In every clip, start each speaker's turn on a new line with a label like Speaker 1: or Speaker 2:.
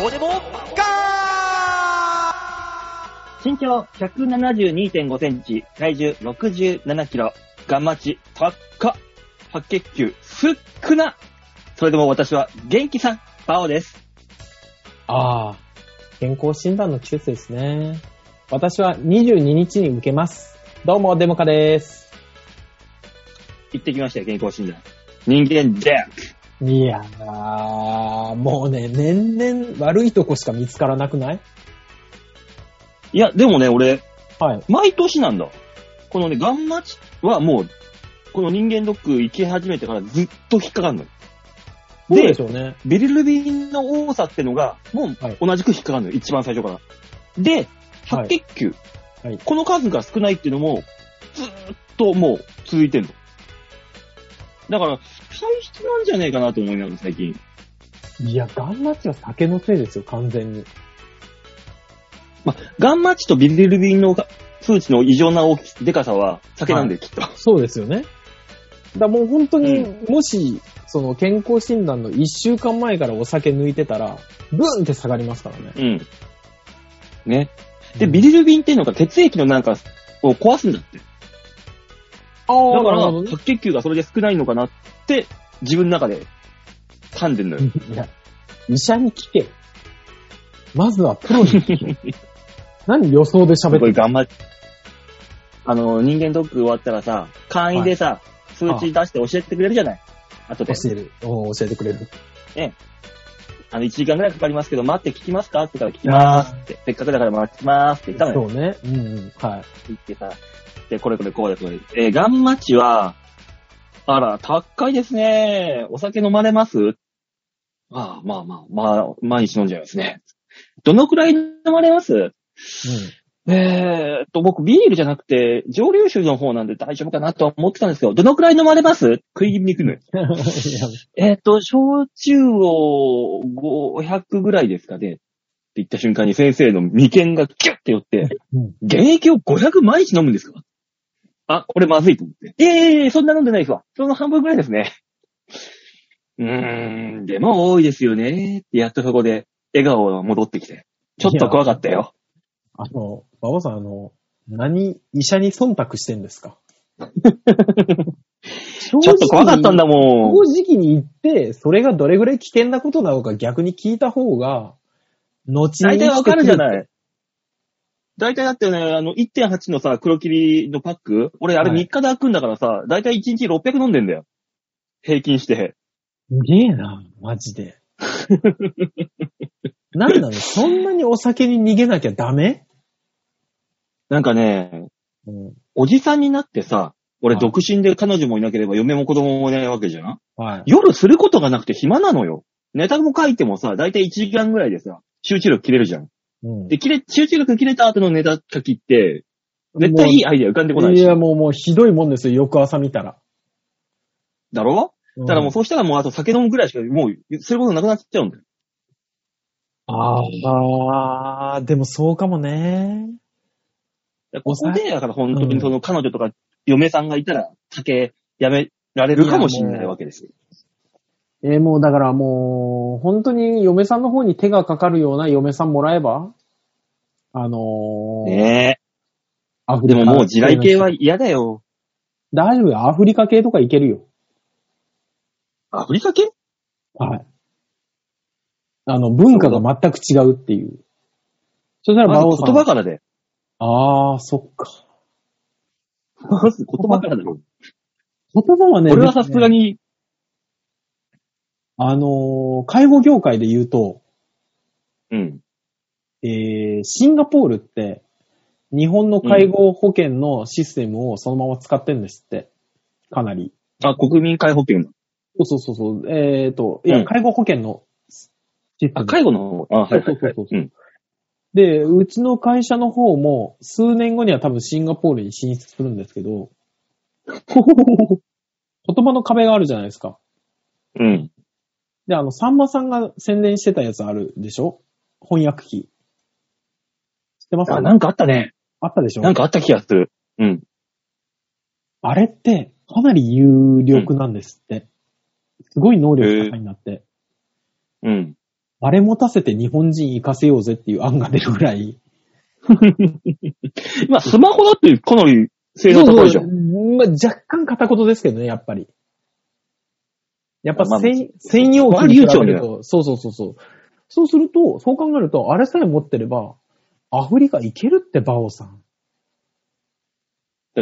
Speaker 1: どうでもガー身長172.5センチ、体重67キロ、ガンマ値高っ、白血球少な。それでも私は元気さん、バオです。
Speaker 2: ああ、健康診断の季節ですね。私は22日に受けます。どうも、デモカです。
Speaker 1: 行ってきましたよ、健康診断。人間ジャック。
Speaker 2: いやー、もうね、年々悪いとこしか見つからなくない
Speaker 1: いや、でもね、俺、
Speaker 2: はい。
Speaker 1: 毎年なんだ。このね、ガンマ値はもう、この人間ドック行き始めてからずっと引っかかるのよ。
Speaker 2: どうでしょうね。
Speaker 1: ビリルビンの多さってのが、もう
Speaker 2: はい
Speaker 1: 同じく引っかかるのよ、一番最初から。で、白血球、
Speaker 2: はい
Speaker 1: この数が少ないっていうのも、ずーっともう続いてんの。だから、体質なんじゃねえかなと思いながら最近。
Speaker 2: いや、ガンマチは酒のせいですよ、完全に。
Speaker 1: ガンマ値とビリルビンの数値の異常な大きでかさは酒なんで、きっと。
Speaker 2: そうですよね。だからもう本当に、
Speaker 1: う
Speaker 2: もし、その健康診断の1週間前からお酒抜いてたら、ブーンって下がりますからね。
Speaker 1: うん。ね。で、ビリルビンっていうのが血液のなんかを壊すんだって。
Speaker 2: あー
Speaker 1: だか
Speaker 2: な
Speaker 1: ら
Speaker 2: るほど、ね
Speaker 1: 白血球がそれで少ないのかなって、自分の中で噛んでんのよ。
Speaker 2: いや、医者に聞け。まずはプロに聞け。何予想で喋
Speaker 1: す
Speaker 2: って
Speaker 1: ごい
Speaker 2: る
Speaker 1: 頑張って。あの、人間ドック終わったらさ、簡易でさ、数値出して教えてくれるじゃない後で。
Speaker 2: 教える。お教えてくれる。
Speaker 1: あの、1時間ぐらいかかりますけど、待って聞きますかって言ったら聞きますって。せっかくだから待ってますって言ったのよ
Speaker 2: そ。うね。うんうん。はい。
Speaker 1: 言ってさ、で、これこれこうだこれ。えーガンマ値は、あら、高いですね。お酒飲まれますああ、まあまあ、まあ、毎日飲んじゃいますね。どのくらい飲まれます えーっと、僕、ビールじゃなくて、蒸留酒の方なんで大丈夫かなとは思ってたんですけど、どのくらい飲まれます食い気味に行くのよ。
Speaker 2: うん。いや
Speaker 1: えーっと、焼酎を500ぐらいですかね。って言った瞬間に先生の眉間がキュッて寄って、
Speaker 2: うん
Speaker 1: 現役を500毎日飲むんですかあ、これまずいと思って。いやいやいやそんな飲んでないですわ。その半分ぐらいですね。うーん、でも多いですよね。ってやっとそこで笑顔が戻ってきて。ちょっと怖かったよ。
Speaker 2: あの、馬場さん、あの、何、医者に忖度してんですかちょ
Speaker 1: ちょっと怖かったんだもん。
Speaker 2: 正直に言って、それがどれぐらい危険なことなのか逆に聞いた方が、後に。
Speaker 1: 大体わかるじゃないい。大体だってね、あの、1.8のさ、黒霧のパック俺、あれ
Speaker 2: はい
Speaker 1: 3日で開くんだからさ、大体1日600飲んでんだよ。平均して。
Speaker 2: すげえな、マジで。 なんなのそんなにお酒に逃げなきゃダメ、
Speaker 1: なんかね、
Speaker 2: うん、
Speaker 1: おじさんになってさ、俺
Speaker 2: はい
Speaker 1: 独身で彼女もいなければ嫁も子供もいないわけじゃん
Speaker 2: はい。
Speaker 1: 夜することがなくて暇なのよ。ネタも書いてもさ、だいたい1時間ぐらいでさ、集中力切れるじゃん。
Speaker 2: うん
Speaker 1: で、切れ、集中力切れた後のネタ書きって、絶対いいアイデア浮かんでこない
Speaker 2: い
Speaker 1: し。
Speaker 2: や、もう、もう、ひどいもんですよ、翌朝見たら。
Speaker 1: だろ
Speaker 2: うん
Speaker 1: だからもう、そうしたらもうあと酒飲むぐらいしか、もう、することなくなっちゃうんだよ。
Speaker 2: ああ、でもそうかもね。
Speaker 1: だからここ
Speaker 2: お
Speaker 1: で、だから本当にその彼女とか嫁さんがいたら、酒やめられるかもしれないわけですよ。
Speaker 2: えーもうだからもう、本当に嫁さんの方に手がかかるような嫁さんもらえば、あのー、
Speaker 1: ね
Speaker 2: ア
Speaker 1: え。
Speaker 2: フ
Speaker 1: で
Speaker 2: リ
Speaker 1: も
Speaker 2: カ
Speaker 1: もう地雷系は嫌だよ。
Speaker 2: 大丈夫よアフリカ系とかいけるよ。
Speaker 1: アフリカ系
Speaker 2: はい。あの、文化が全く違うっていう。そしたら、
Speaker 1: ま
Speaker 2: 馬王
Speaker 1: ず
Speaker 2: さ
Speaker 1: 言
Speaker 2: ん。
Speaker 1: 葉からで。
Speaker 2: ああ、そっか。
Speaker 1: まず言葉からだろ。
Speaker 2: 言葉はね、
Speaker 1: 俺はさすが
Speaker 2: に、
Speaker 1: に、
Speaker 2: あのー、介護業界で言うと、
Speaker 1: うん。
Speaker 2: えーシンガポールって、日本の介護保険のシステムをそのまま使ってんですって。かなり。
Speaker 1: あ、国民皆保険の。
Speaker 2: そうそうそうそう。えっ、と、いうや、
Speaker 1: ん
Speaker 2: 介護保険のシステム。
Speaker 1: あ、介護の方。あ、はいはいはい
Speaker 2: そうそうそう。
Speaker 1: う
Speaker 2: そ
Speaker 1: ん。
Speaker 2: で、うちの会社の方も、数年後には多分シンガポールに進出するんですけ ど、言葉の壁があるじゃないですか。
Speaker 1: うん。
Speaker 2: で、あの、さんまさんが宣伝してたやつあるでしょ翻訳機。知ってます
Speaker 1: あ、なんかあったね。
Speaker 2: あったでしょ
Speaker 1: なんかあった気がする。うん。
Speaker 2: あれって、かなり有力なんですって。すごい能力高いんだって。
Speaker 1: うん。
Speaker 2: あれ持たせて日本人行かせようぜっていう案が出るぐらい。
Speaker 1: 今、スマホだってかなり性能高いじゃん。
Speaker 2: まあ、若干片言ですけどね、やっぱり。やっぱ、
Speaker 1: まあ
Speaker 2: せん専用機に比べ
Speaker 1: まあ流暢に
Speaker 2: ると、そうそうそうそう。そうすると、そう考えると、あれさえ持ってれば、アフリカ行けるって、バオさん。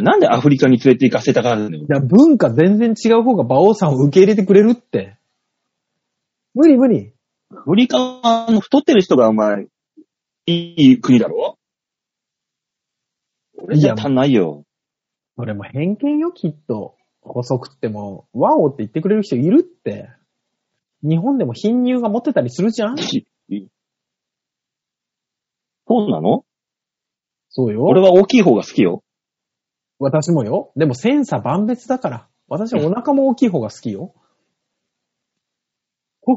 Speaker 1: なんでアフリカに連れて行かせたがるのよ
Speaker 2: い。や、文化全然違う方が馬王さんを受け入れてくれるって。無理無理。
Speaker 1: アフリカはあの太ってる人がお前、いい国だろ俺じゃ足んないよ。
Speaker 2: それも偏見よ、きっと。細くっても、ワオって言ってくれる人いるって。日本でも貧乳が持ってたりするじゃん
Speaker 1: そうなの
Speaker 2: そうよ。
Speaker 1: 俺は大きい方が好きよ。
Speaker 2: 私もよ。でも千差万別だから。私はお腹も大きい方が好きよ。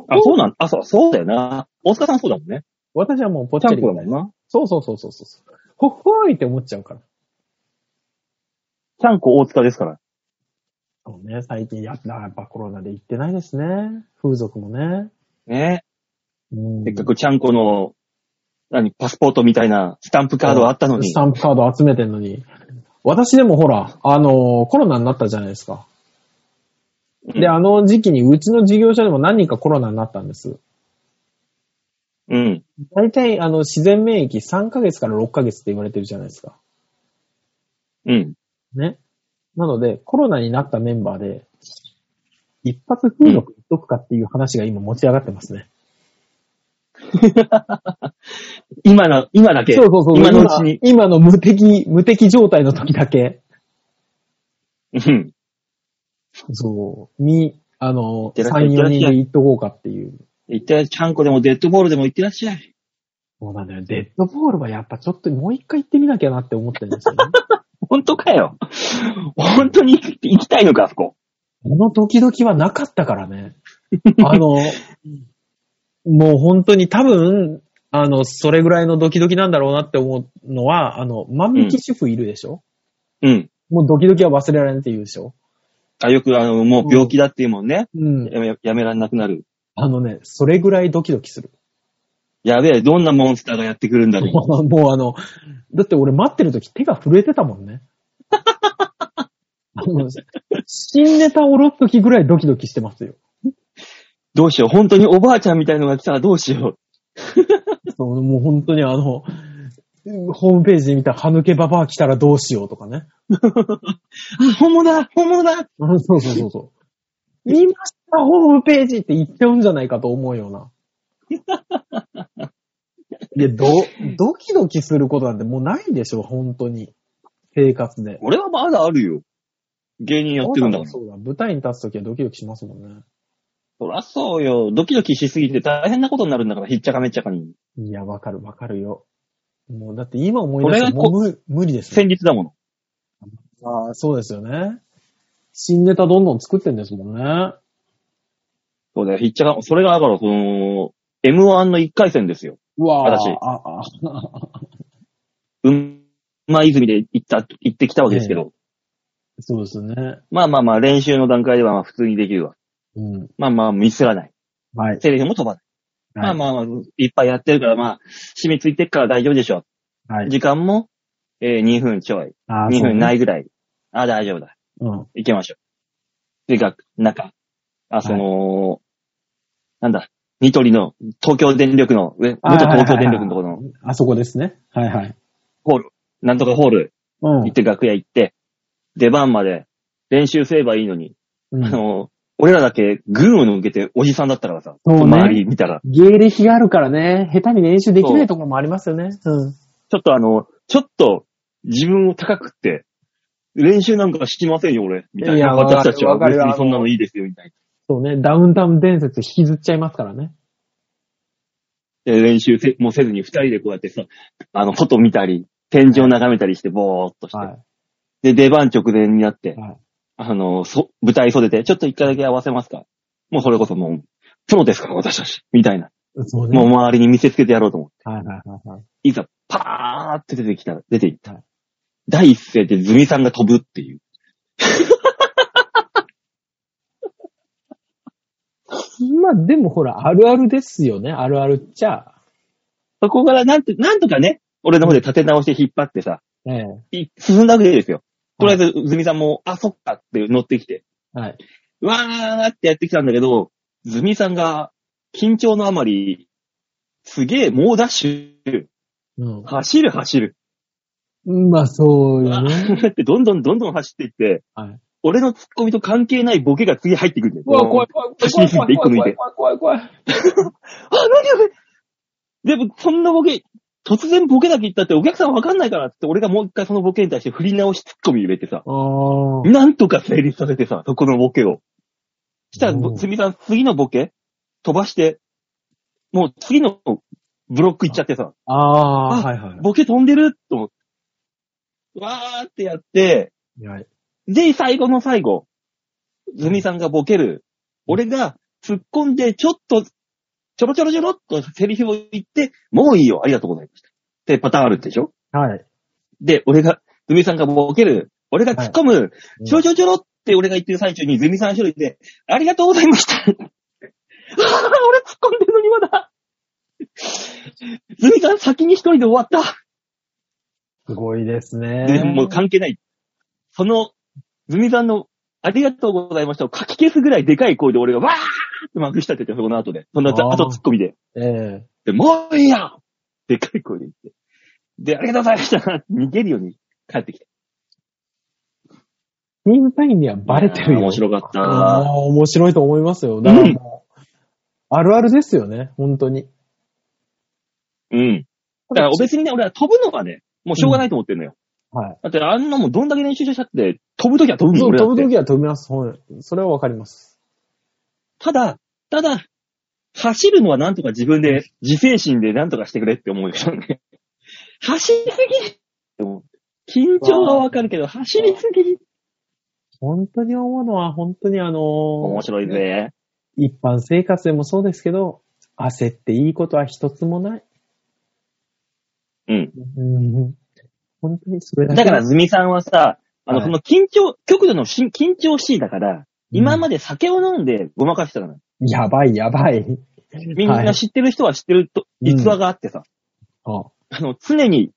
Speaker 1: あ、そうなんあ、そう、そうだよな。大塚さんそうだもんね。
Speaker 2: 私はもうぽっ
Speaker 1: ち
Speaker 2: ち
Speaker 1: ゃ
Speaker 2: ゃ
Speaker 1: ん
Speaker 2: り
Speaker 1: こだもんな。
Speaker 2: そうそうそうそうそう。ほっほーいって思っちゃうから。
Speaker 1: ちゃんこ大塚ですから。
Speaker 2: そうね、最近やっやっぱコロナで行ってないですね。風俗もね。
Speaker 1: ね
Speaker 2: うん
Speaker 1: せっかくちゃんこの、何、パスポートみたいなスタンプカードはあったのに
Speaker 2: ス。タンプカード集めてんのに。私でもほら、あのーコロナになったじゃないですか。で、あの時期にうちの事業所でも何人かコロナになったんです。
Speaker 1: うん。
Speaker 2: 大体、あの、自然免疫3ヶ月から6ヶ月って言われてるじゃないですか。
Speaker 1: うん。
Speaker 2: ね。なので、コロナになったメンバーで、一発風俗いっとくかっていう話が今持ち上がってますね。
Speaker 1: 今の、今だけ。
Speaker 2: そうそうそう。
Speaker 1: 今のうちに。
Speaker 2: 今今の無敵、無敵状態の時だけ。
Speaker 1: うん。
Speaker 2: そう。に、あの、
Speaker 1: 出
Speaker 2: 3
Speaker 1: なきゃ、
Speaker 2: 4人で行っとこうかっていう。
Speaker 1: いってらっしゃいちゃんこでもデッドボールでも行ってらっしゃい。
Speaker 2: そうなんだよ。デッドボールはやっぱちょっともう一回行ってみなきゃなって思ってるんですよね。
Speaker 1: 本当かよ。本当に行き行きたいのか、あそこ。
Speaker 2: このドキドキはなかったからね。あの、もう本当に多分、あの、それぐらいのドキドキなんだろうなって思うのは、あの、万引き主婦いるでしょ、
Speaker 1: うん。
Speaker 2: もうドキドキは忘れられんって言うでしょ
Speaker 1: あ、よく、あの、もう病気だっていうもんね。
Speaker 2: うん。
Speaker 1: やめやめらんなくなる。
Speaker 2: あのね、それぐらいドキドキする。
Speaker 1: やべえ、どんなモンスターがやってくるんだろう。
Speaker 2: もう もうあの、だって俺待ってる時手が震えてたもんね。あの新ネタおろす時ぐらいドキドキしてますよ。
Speaker 1: どうしよう。本当におばあちゃんみたいのが来たらどうしよ
Speaker 2: そうもう本当にあの、ホームページで見た歯抜けババア来たらどうしようとかね。
Speaker 1: う。あ、本物だ本物だ
Speaker 2: うん そうそうそうそう。見ました、ホームページって言っちゃうんじゃないかと思うような。いや、ど、ドキドキすることなんてもうないでしょ、本当に。生活で。
Speaker 1: 俺はまだあるよ。芸人やってるんだから。
Speaker 2: そうだ、舞台に立つときはドキドキしますもんね。
Speaker 1: そらそうよ。ドキドキしすぎて大変なことになるんだから、ひっちゃかめっちゃかに。
Speaker 2: いや、わかる、わかるよ。もう、だって今思い出したら
Speaker 1: これがこ
Speaker 2: もう無無理ですよ。
Speaker 1: 戦慄だもの。
Speaker 2: ああ、そうですよね。新ネタどんどん作ってんですもんね。
Speaker 1: そうだよ。ひっちゃか、それがだから、その、M1 の一回戦ですよ。
Speaker 2: うわあ
Speaker 1: 私
Speaker 2: あ、あ、
Speaker 1: うん、ま泉で行った、行ってきたわけですけど。
Speaker 2: そうですよね。
Speaker 1: まあまあまあ、練習の段階ではまあ普通にできるわ。
Speaker 2: うん。
Speaker 1: まあまあ、ミスらない。
Speaker 2: はい。
Speaker 1: テレビも飛ばない。まあまあまあ、いっぱいやってるから、まあ、染みついてっから大丈夫でしょ
Speaker 2: あ、は
Speaker 1: う。
Speaker 2: い。
Speaker 1: 時間も、えー2分ちょい。
Speaker 2: あ。
Speaker 1: 2分ないいぐらい。あ、大丈夫だ。
Speaker 2: うん。
Speaker 1: 行きましょう。で、が、中。あ、その、なんだ、ニトリの、東京電力の、上、
Speaker 2: あー
Speaker 1: 元東京電力のところの
Speaker 2: あそこですね。はいはい。
Speaker 1: ホール、なんとかホール
Speaker 2: うん
Speaker 1: 行って楽屋行って、出番まで練習すればいいのに、
Speaker 2: うん
Speaker 1: あの、俺らだけ群を抜けておじさんだったからさ、
Speaker 2: そうね
Speaker 1: 周り見たら、
Speaker 2: 芸歴があるからね、下手に練習できないところもありますよね。うん。
Speaker 1: ちょっとあの、ちょっと自分を高くって、練習なんかしてませんよ、俺。みたい
Speaker 2: い
Speaker 1: な。
Speaker 2: や
Speaker 1: 私たちは
Speaker 2: わか
Speaker 1: 別
Speaker 2: るわかる
Speaker 1: にそんなのいいですよ、みたいな。
Speaker 2: そうね、ダウンタウン伝説引きずっちゃいますからね。
Speaker 1: で、練習せもせずに二人でこうやってさ、あの、外見たり、天井眺めたりして、ぼーっとして。
Speaker 2: は
Speaker 1: で、出番直前になって、
Speaker 2: い。はい。
Speaker 1: あの、そ、舞台袖で、ちょっと一回だけ合わせますかもうそれこそもう、そうですから、私たち。みたいな。
Speaker 2: そうね。
Speaker 1: もう周りに見せつけてやろうと思って。
Speaker 2: はいはいはいはい。
Speaker 1: いざ、パーって出てきた、出ていっ
Speaker 2: は
Speaker 1: た。第一声でズミさんが飛ぶっていう。
Speaker 2: すげえまあでもほら、あるあるですよね。あるあるっちゃ。
Speaker 1: そこからなんと、なんとかね、俺の方で立て直して引っ張ってさ、
Speaker 2: ええ。
Speaker 1: い進んだわけですよ。とりあえず、ズミさんも、あ、そっかって乗ってきて、
Speaker 2: はい。
Speaker 1: わーってやってきたんだけど、ズミさんが、緊張のあまり、すげえ猛ダッシュ、
Speaker 2: う
Speaker 1: 走る走る。
Speaker 2: ん。まあそうよね。
Speaker 1: だってどんどんどんどん走っていって、
Speaker 2: はい
Speaker 1: 俺のツッコミと関係ないボケが次入ってくるんだよ。
Speaker 2: うわ、怖い怖い怖い怖い怖い怖い怖い怖い怖い怖い。
Speaker 1: あ、何やべでも、そんなボケ、突然ボケだけ言ったってお客さんわかんないからって俺がもう一回そのボケに対して振り直しツッコミ入れてさ、
Speaker 2: あー
Speaker 1: なんとか成立させてさ、そこのボケを。したら
Speaker 2: お、う
Speaker 1: つみさん、次のボケ飛ばして、もう次のブロック行っちゃってさ、
Speaker 2: あー、はいはい
Speaker 1: ボケ飛んでると思って。わーってやって、
Speaker 2: はい。
Speaker 1: で、最後の最後、ズミさんがボケる。俺が突っ込んで、ちょっと、ちょろちょろちょろっとセリフを言って、もういいよ、ありがとうございました。ってパターンあるでしょ
Speaker 2: はい。
Speaker 1: で、俺が、ズミさんがボケる。俺が突っ込む。
Speaker 2: い
Speaker 1: ちょろちょろちょろって俺が言ってる最中に、ズミさん一人で、ありがとうございました。あ あ、俺突っ込んでるのにまだ。ズミさん先に一人で終わった。
Speaker 2: すごいです
Speaker 1: で、
Speaker 2: ね。
Speaker 1: もう関係ない。その、ズミさんの、ありがとうございましたを書き消すぐらいでかい声で俺がわーってまくしたってて、その後で。その後、
Speaker 2: あー
Speaker 1: あとツッコミで。
Speaker 2: ええ。
Speaker 1: で、もういいやでかい声で言って。で、ありがとうございました逃げるように帰ってきて。
Speaker 2: チーム単位にはバレてるよ。
Speaker 1: 面白かった
Speaker 2: ああー、
Speaker 1: な
Speaker 2: 面白いと思いますよ。だからもう、あるあるですよね、本当に。
Speaker 1: うん。だから、別にね、俺は飛ぶのがね、もうしょうがないと思ってるのよ。
Speaker 2: はい。
Speaker 1: だって、あんなもんどんだけ練習しちゃって、飛ぶときは飛ぶもん、
Speaker 2: そう
Speaker 1: 俺だ
Speaker 2: 飛
Speaker 1: っ
Speaker 2: ぶ
Speaker 1: て
Speaker 2: ときは飛びます。はいそれはわかります。
Speaker 1: ただ、ただ、走るのはなんとか自分で、自制心でなんとかしてくれって思うけどね。走りすぎって思う緊張はわかるけど、走りすぎ
Speaker 2: 本当に思うのは、本当にあのー
Speaker 1: 面白いぜ。
Speaker 2: 一般生活でもそうですけど、焦っていいことは一つもない。
Speaker 1: うん。
Speaker 2: うん。本当にそれだけ。
Speaker 1: だから、、ズミさんはさ、あの、
Speaker 2: はい
Speaker 1: その緊張、極度のし緊張しいだから、今ま
Speaker 2: で、
Speaker 1: で酒を飲んでごまかしてたの。
Speaker 2: やばいやばい。
Speaker 1: みんな知ってる人は知ってると、
Speaker 2: うん
Speaker 1: 逸話があってさ、
Speaker 2: あ
Speaker 1: あの、常に、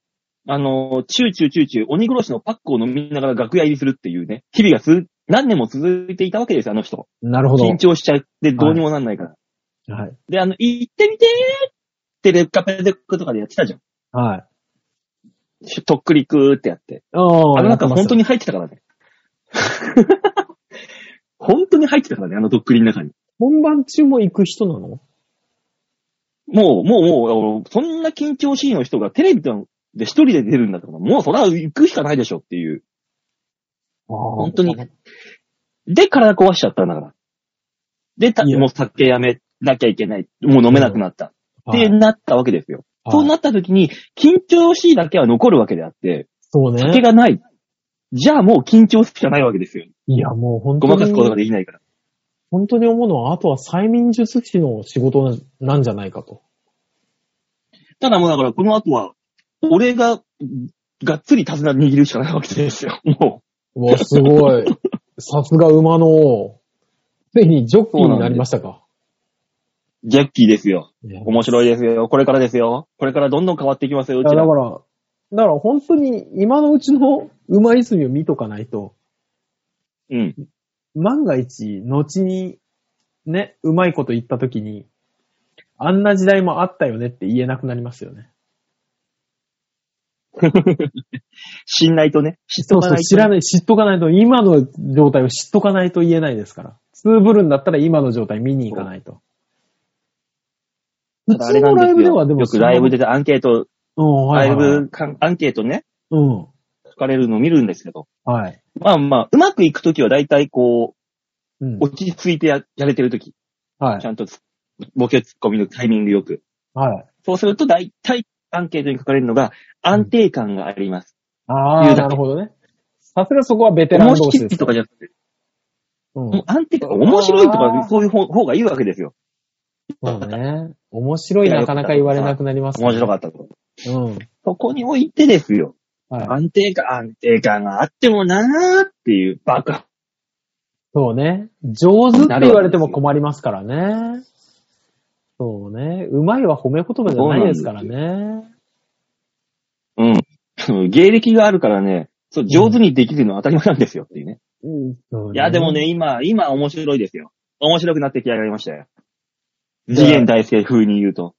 Speaker 1: あの、チューチューチューチュー、鬼殺しのパックを飲みながら楽屋入りするっていうね、日々がす何年も続いていたわけですよ、あの人。
Speaker 2: なるほど。
Speaker 1: 緊張しちゃってどうにもなんないから。
Speaker 2: はい。
Speaker 1: で、あの、行ってみてーってレッカペデックとかでやってたじゃん。
Speaker 2: はい。
Speaker 1: とっくりくーってやって。
Speaker 2: あ
Speaker 1: あの中本当
Speaker 2: に。
Speaker 1: に入ってたからね。 本当に入ってたからね、あのとっくりの中に。
Speaker 2: 本番中も行く人なの
Speaker 1: もう、もう、もう、そんな緊張しいの人がテレビで一人で出るんだから、もうそら行くしかないでしょっていう。
Speaker 2: 本
Speaker 1: 本当に。で、体壊しちゃったんだから。で、た
Speaker 2: いや
Speaker 1: もう酒やめなきゃいけない。もう飲めなくなった。ってなったわけですよ。そうなった時に、緊張しいだけは残るわけであって、
Speaker 2: そうね。
Speaker 1: 酒がない。じゃあもう緊張しかないわけですよ。
Speaker 2: いや、もう本当
Speaker 1: ご
Speaker 2: に。
Speaker 1: まかすことができないから。
Speaker 2: 本当に思うのは、あとは催眠術師の仕事ななんじゃないかと。
Speaker 1: ただもうだから、この後は、俺が、がっつり手綱握るしかないわけですよ。も
Speaker 2: うわ、すごい。さすが馬の王。ついにジョッキーになりましたか。
Speaker 1: う、ジャッキーですよ。
Speaker 2: いや
Speaker 1: 面白いですよ。これからですよ。これからどんどん変わっていきますよ、う
Speaker 2: だ
Speaker 1: ち
Speaker 2: から、
Speaker 1: ら
Speaker 2: だ。からだから本当に今のうちの馬泉を見とかないと、
Speaker 1: うん。
Speaker 2: 万が一、後に、ね、うまいこと言った時に、あんな時代もあったよねって言えなくなりますよね。
Speaker 1: 信頼とね、知っと
Speaker 2: そう
Speaker 1: か
Speaker 2: そ
Speaker 1: な
Speaker 2: う、
Speaker 1: いと
Speaker 2: 知らない、知っとかないと、今の状態を知っとかないと言えないですから。ツーブルンだったら今の状態見に行かないと。普
Speaker 1: ただあ
Speaker 2: 通
Speaker 1: れな
Speaker 2: の
Speaker 1: んですよ
Speaker 2: ライブではでも
Speaker 1: よくライブでアンケート、
Speaker 2: うん、は
Speaker 1: ラ
Speaker 2: い、
Speaker 1: イ
Speaker 2: はい。
Speaker 1: ブかアンケートね、
Speaker 2: うん。
Speaker 1: 書かれるの見るんですけど。
Speaker 2: はい。
Speaker 1: まあまあ、うまくいくときは大体こ
Speaker 2: うん
Speaker 1: う、。落ち着いてややれてるとき。
Speaker 2: は
Speaker 1: ち
Speaker 2: い。
Speaker 1: ゃんとつボケツッコミのタイミングよく。
Speaker 2: はい。
Speaker 1: そうすると大体アンケートに書かれるのが安定感があります。
Speaker 2: あ
Speaker 1: 言
Speaker 2: あ、
Speaker 1: うだけ
Speaker 2: なるほどね。さすがそこはベテラン
Speaker 1: 面
Speaker 2: 同士
Speaker 1: 白
Speaker 2: で
Speaker 1: い
Speaker 2: す
Speaker 1: と。かじゃなくて、
Speaker 2: うん
Speaker 1: もう安定感、面白いと
Speaker 2: あ
Speaker 1: か
Speaker 2: ー
Speaker 1: そういう方方がいいわけですよ。
Speaker 2: そうね。面白いなかなか言われなくなります、
Speaker 1: 面白
Speaker 2: か
Speaker 1: かったと。
Speaker 2: った。うん。
Speaker 1: そこにおいてですよ。
Speaker 2: はい。
Speaker 1: 安定感、安定感があってもなーっていうバカ。
Speaker 2: そうね。上手って言われても困りますからね。そうね。うまいは褒め言葉じゃないですからね。
Speaker 1: うん。 芸歴があるからね、そう、上手にできるのは当たり前なんですよっていうね。
Speaker 2: うん。そう
Speaker 1: いや、でも。ね、今、今面白いですよ。面白くなってきやがりましたよ。次元大生風に言うと。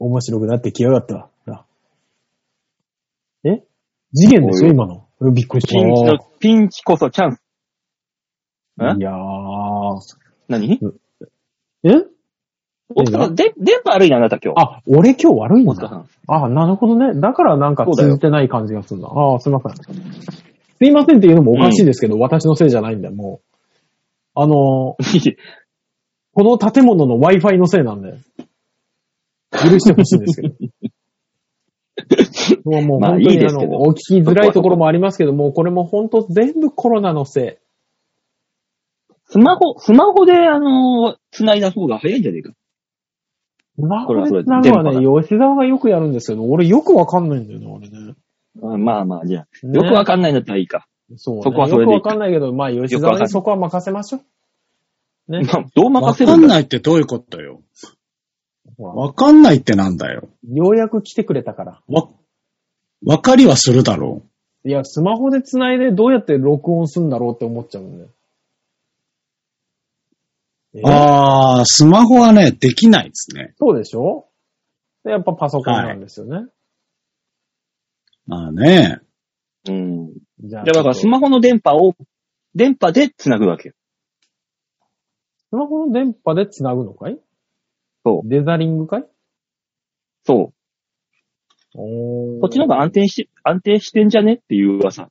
Speaker 2: 面白くなってきやがった。ほらえ次元ですよ、
Speaker 1: おい
Speaker 2: 今の。うんびっくりし
Speaker 1: ピンチの
Speaker 2: た。、
Speaker 1: ピンチこそチャンス。ん
Speaker 2: いやー。
Speaker 1: 何
Speaker 2: え
Speaker 1: 大塚さん、で、電波悪いな、あなた今日。
Speaker 2: あ、俺今日悪いん
Speaker 1: 大塚さ
Speaker 2: だ。
Speaker 1: ん。
Speaker 2: あ、なるほどね。だからなんか
Speaker 1: そうだよ
Speaker 2: 通じてない感じがするんだ。あーすいません。すいませんっていうのもおかしいですけど、私のせいじゃないんだよ、もう。あのー、この建物の Wi-Fi のせいなんで、許してほしいんですけど。 もうもう
Speaker 1: まあ
Speaker 2: 本当
Speaker 1: いい
Speaker 2: に
Speaker 1: で
Speaker 2: あ
Speaker 1: す
Speaker 2: の
Speaker 1: けど
Speaker 2: お聞きづらいところもありますけど、もうこれも本当全部コロナのせい。
Speaker 1: スマホ、スマホで、あのー繋いだ方が早いんじゃねえか。
Speaker 2: まあ、
Speaker 1: こ
Speaker 2: こ
Speaker 1: れはそれ
Speaker 2: れなのは
Speaker 1: 電
Speaker 2: ね、吉沢がよくやるんですけど、俺よくわかんないんだよね、俺ね。
Speaker 1: あまあまあ、じゃあ、
Speaker 2: ね
Speaker 1: よくわかんないんだったらいいか。
Speaker 2: そうね、
Speaker 1: そこはそれでいい
Speaker 2: よくわかんないけど、まあ、吉沢にそこは任せましょう。ね。
Speaker 1: まあ、どう
Speaker 3: わ
Speaker 1: 任せ
Speaker 3: か
Speaker 1: る
Speaker 3: ん
Speaker 1: んだ
Speaker 3: ないってどういうことよ。
Speaker 2: ほら
Speaker 3: わかんないってなんだよ。
Speaker 2: ようやく来てくれたから。
Speaker 3: わ、わかりはするだろ
Speaker 2: いや、スマホで繋いでどうやって録音するんだろうって思っちゃうんだよ。え
Speaker 3: う。ああ、スマホはね、できないですね。
Speaker 2: そうでしょでやっぱパソコンなんですよね。
Speaker 3: まあね。
Speaker 1: うん。
Speaker 2: じゃ
Speaker 1: じゃあ、だからス
Speaker 2: マ
Speaker 1: マホの電波を、電波で繋ぐわけよ。
Speaker 2: スマホの電波で繋ぐのかい。
Speaker 1: そう
Speaker 2: デザリングかい
Speaker 1: そう。
Speaker 2: おー
Speaker 1: こっちの方が安定し、安定してんじゃねっていう噂。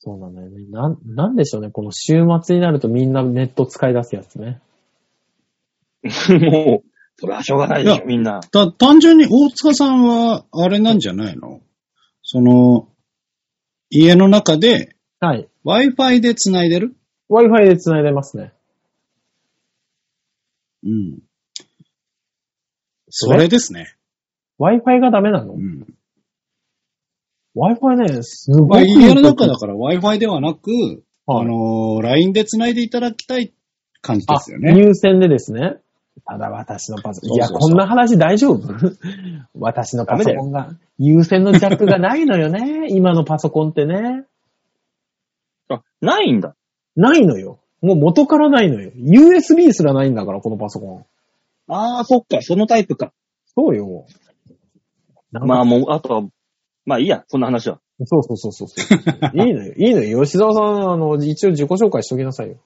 Speaker 2: そうなんだよね。なん、なんでしょうね。この週末になるとみんなネット使い出すやつね。
Speaker 1: もう、それはしょうがないで
Speaker 3: い
Speaker 1: し
Speaker 3: や
Speaker 1: ょ、みんな。
Speaker 3: た、単純に大塚さんは、あれなんじゃないのその、家の中で
Speaker 2: はい。
Speaker 3: Wi-Fi で繋いでる
Speaker 2: Wi-Fi で繋いでますね。
Speaker 3: うん。それですね。
Speaker 2: Wi-Fi がダメなの
Speaker 3: うん。
Speaker 2: ?Wi-Fi ね、すご
Speaker 3: まあ、
Speaker 2: い。
Speaker 3: 家の中だから Wi-Fi ではなく、
Speaker 2: はい
Speaker 3: あのー、LINE で繋いでいただきたい感じですよ
Speaker 2: あ
Speaker 3: ね。
Speaker 2: 入選でですね。ただ私のパソコン。いや、
Speaker 3: そうそうそう
Speaker 2: こんな話大丈夫 私のパソコンが、優先のジャックがないのよね。 今のパソコンってね。
Speaker 1: あ、ないんだ。
Speaker 2: ないのよ。もう元からないのよ。USB すらないんだから、このパソコン。
Speaker 1: ああ、そっか、そのタイプか。
Speaker 2: そうよ。なんか
Speaker 1: まあもう、あとは、まあいいや、そんな話は。
Speaker 2: そうそうそうそうそう。 いいのよ。いいのよ。吉沢さん、あの、一応自己紹介しときなさいよ。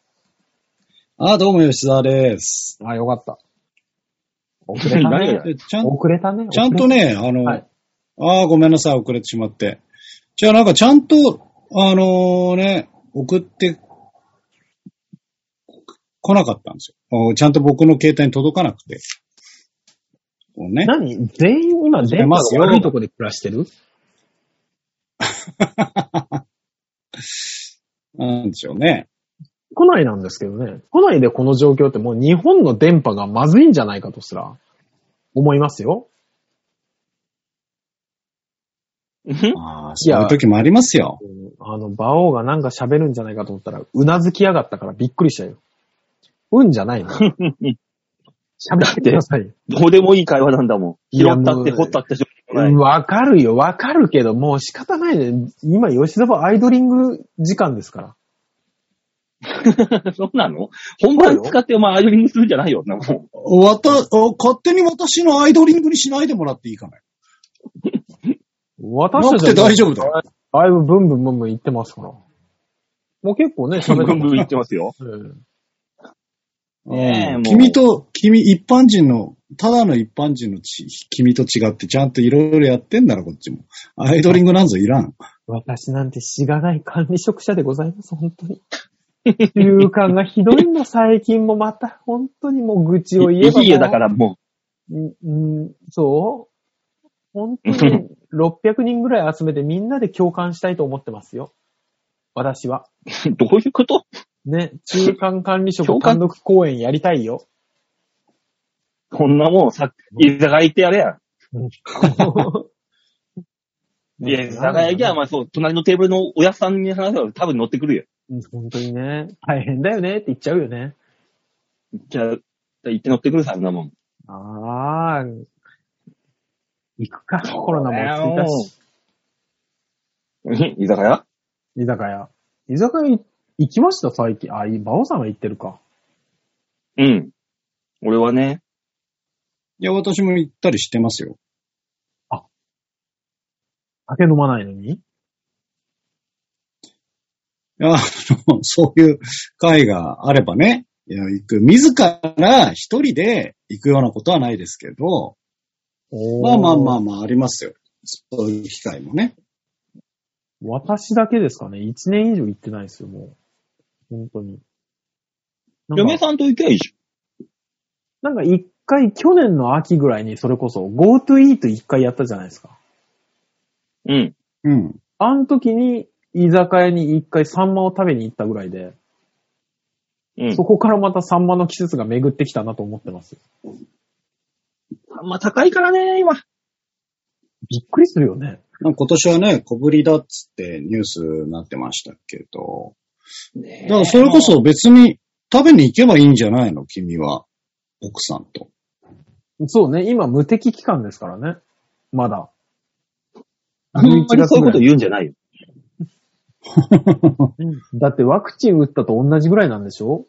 Speaker 3: あどうも吉沢です。
Speaker 2: あ、よかった。遅 れた
Speaker 1: 何
Speaker 2: ね
Speaker 1: が。
Speaker 3: でちゃん
Speaker 2: 遅れたね。
Speaker 3: ちゃんとね、あの、
Speaker 2: はい
Speaker 3: ああ、ごめんなさい、遅れてしまって。じゃあなんかちゃんと、あのね、送って、来なかったんですよ。おちゃんと僕の携帯に届かなくて。こうね。
Speaker 2: 何全員今、
Speaker 3: 出
Speaker 2: 電波
Speaker 3: ますよ
Speaker 2: が悪いとこで暮らしてる
Speaker 3: なんでしょうね。
Speaker 2: 都内なんですけどね。都内でこの状況ってもう日本の電波がまずいんじゃないかとすら思いますよ。
Speaker 1: うん
Speaker 3: ああ、そういう時もありますよ。
Speaker 2: あの、馬王がなんか喋るんじゃないかと思ったら、うなずきやがったからびっくりしたよ。うんじゃ ないの。喋ってくださいよ。
Speaker 1: どうでもいい会話なんだもん。
Speaker 2: い
Speaker 1: 拾
Speaker 2: や
Speaker 1: ったって
Speaker 2: もう
Speaker 1: 掘ったってしょうがない。
Speaker 2: わかるよ、わかるけど、もう仕方ないね。今、吉田はアイドリング時間ですから。
Speaker 1: そうなの本番使ってお前アイドリングするんじゃないよ、 そんなもん。
Speaker 3: わた、お勝手に私のアイドリングにしないでもらっていいかな。
Speaker 2: 私たち
Speaker 3: なくて大丈夫だよ。
Speaker 2: だいぶブンブンブンブン言ってますから。もう結構ね、喋
Speaker 1: ブ
Speaker 2: って
Speaker 1: ンブン言ってますよ。
Speaker 2: うん
Speaker 1: ねえもう
Speaker 3: 君と、君、一般人の、ただの一般人のち君と違って、ちゃんといろいろやってんだろ、こっちも。アイドリングなんぞいらん。
Speaker 2: 私なんてしがない管理職者でございます、本当に。習慣がひどいんだ、最近もまた。本当にもう愚痴を言えばもう。
Speaker 1: いいよ、だからも
Speaker 2: うん。うん、そう本当 に600人ぐらい集めてみんなで共感したいと思ってますよ。私は。
Speaker 1: う。 どういうこと
Speaker 2: ね、中間管理職
Speaker 1: 共感
Speaker 2: 単独公演やりたいよ。
Speaker 1: こんなもん、さ、居酒屋行ってやれや。 い や、居酒屋行きゃ、まあそう、隣のテーブルのおやさんに話せば多分乗ってくるよ。
Speaker 2: うん本当にね、大変だよねって言っちゃうよね。
Speaker 1: じゃあ、行って乗ってくるさ、そんなもん。
Speaker 2: ああ、行くか。コロナも落ち着いたし。
Speaker 1: うん 居酒屋
Speaker 2: 居酒屋。居酒屋行きました、最近。あ、い馬王さんが行ってるか。
Speaker 1: うん。俺はね、
Speaker 3: いや、私も行ったりしてますよ。
Speaker 2: 酒飲まないのに
Speaker 3: いやあの、 そういう会があればね、いや行く。自ら一人で行くようなことはないですけど、まあまあまあ
Speaker 2: あ。
Speaker 3: まあありますよ。そういう機会もね。
Speaker 2: 私だけですかね。一年以上行ってないですよ、もう。本当に。なん
Speaker 1: 嫁
Speaker 2: か、
Speaker 1: さんと行けばいいじ
Speaker 2: なんか一回、去年の秋ぐらいにそれこそ GoToEat 一回やったじゃないですか。
Speaker 1: ゃん。うん。
Speaker 3: うん。
Speaker 2: あの時に居酒屋に一回サンマを食べに行ったぐらいで、
Speaker 1: うん。
Speaker 2: そこからまたサンマの季節が巡ってきたなと思ってます。
Speaker 1: あんま高いからね、今。
Speaker 2: びっくりするよね。
Speaker 3: なんか今年はね、小ぶりだっつってニュースになってましたけど、
Speaker 1: ねえ
Speaker 3: だからそれこそ別に食べに行けばいいんじゃないの君は。奥さんと。
Speaker 2: そうね、今無敵期間ですからね。まだ。
Speaker 1: あんまりそういうこと
Speaker 2: 11月ぐらい
Speaker 1: 言うんじゃないよ。
Speaker 2: だってワクチン打ったと同じぐらいなんでしょ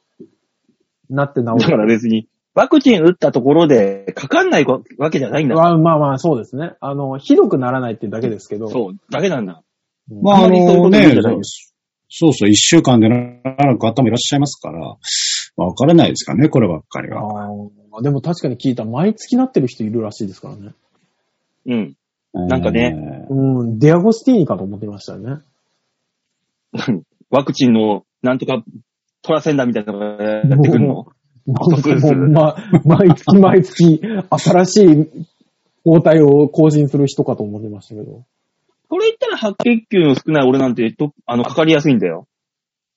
Speaker 2: なって
Speaker 1: だ
Speaker 2: 治
Speaker 1: から
Speaker 2: る。
Speaker 1: 別に、ワクチン打ったところでかかんないわけじゃないんだ
Speaker 2: あまあまあ、そうですね。あの、ひどくならないっていうだけですけど。
Speaker 1: そう、だけなんだ。
Speaker 2: うん
Speaker 3: まあ、
Speaker 1: あ
Speaker 3: あ
Speaker 1: んまりそういうこ
Speaker 3: の
Speaker 1: と言うん
Speaker 3: ね
Speaker 1: じゃないで、
Speaker 3: そうそう、一週間でなる方もいらっしゃいますから、わからないですかね、こればっかりは。
Speaker 2: あーでも確かに聞いた、毎月なってる人いるらしいですからね。
Speaker 1: うん。なんかね
Speaker 3: えー
Speaker 2: うん、デアゴスティーニかと思ってましたよね。
Speaker 1: ワクチンの、なんとか、トラセンダーみたいなのがやってくるの。
Speaker 2: も
Speaker 1: そうです
Speaker 2: うま、毎月毎月、新しい抗体を更新する人かと思ってましたけど。
Speaker 1: これ言ったら白血球の少ない俺なんて、とあの、かかりやすいんだよ。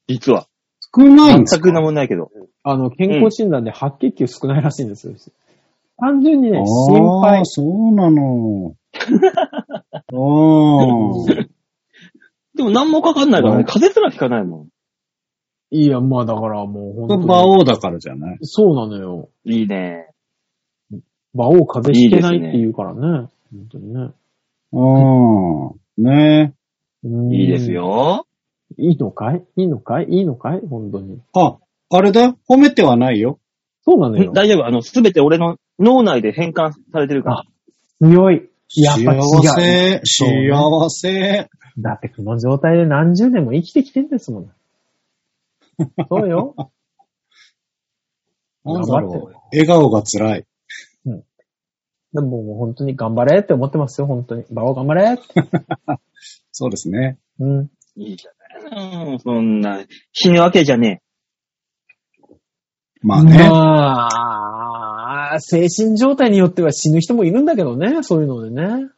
Speaker 1: 実は。
Speaker 3: 少ないん
Speaker 1: 全
Speaker 3: です
Speaker 1: く
Speaker 3: か
Speaker 1: なもんないけど。
Speaker 2: あの、健康診断で白血球少ないらしいんですよ。単純にね、
Speaker 3: あ
Speaker 2: 心
Speaker 3: あ
Speaker 2: 配
Speaker 3: ー、。そう なの。ああ。
Speaker 1: でも何もかかんないから
Speaker 3: う
Speaker 1: ね、
Speaker 3: ん
Speaker 1: 風邪すらひかないも
Speaker 2: いや、まあだからもう
Speaker 3: これ
Speaker 2: 本
Speaker 3: 馬
Speaker 2: 当に。
Speaker 3: 王だからじゃない
Speaker 2: そうなのよ。
Speaker 1: ん。いいね。
Speaker 2: 馬王風邪ひけないって言うからね。本当にね。
Speaker 3: うん。ね
Speaker 2: うん
Speaker 1: いいです。よ。
Speaker 2: いいのかいいいのかいいいのかい本当に。
Speaker 3: あ、あれだよ褒めてはないよ。
Speaker 2: そうなのよ。
Speaker 1: 大丈夫。あの、すべて俺の脳内で変換されてるから。
Speaker 2: 強い。やっぱ違う
Speaker 3: 幸せ、
Speaker 2: そうね
Speaker 3: 幸せ。
Speaker 2: だってこの状態で何十年も生きてきてんですもん。そうよ。
Speaker 3: なんだ
Speaker 2: 頑張って
Speaker 3: ろう。笑顔が辛い。
Speaker 2: でももう本当に頑張れって思ってますよ、本当に。馬王頑張れって。
Speaker 3: そうですね。
Speaker 2: うん。
Speaker 1: いいじゃない。うん、そんな、死ぬわけじゃね
Speaker 3: まあね。
Speaker 2: まあ、精神状態によっては死ぬ人もいるんだけどね、そういうのでね。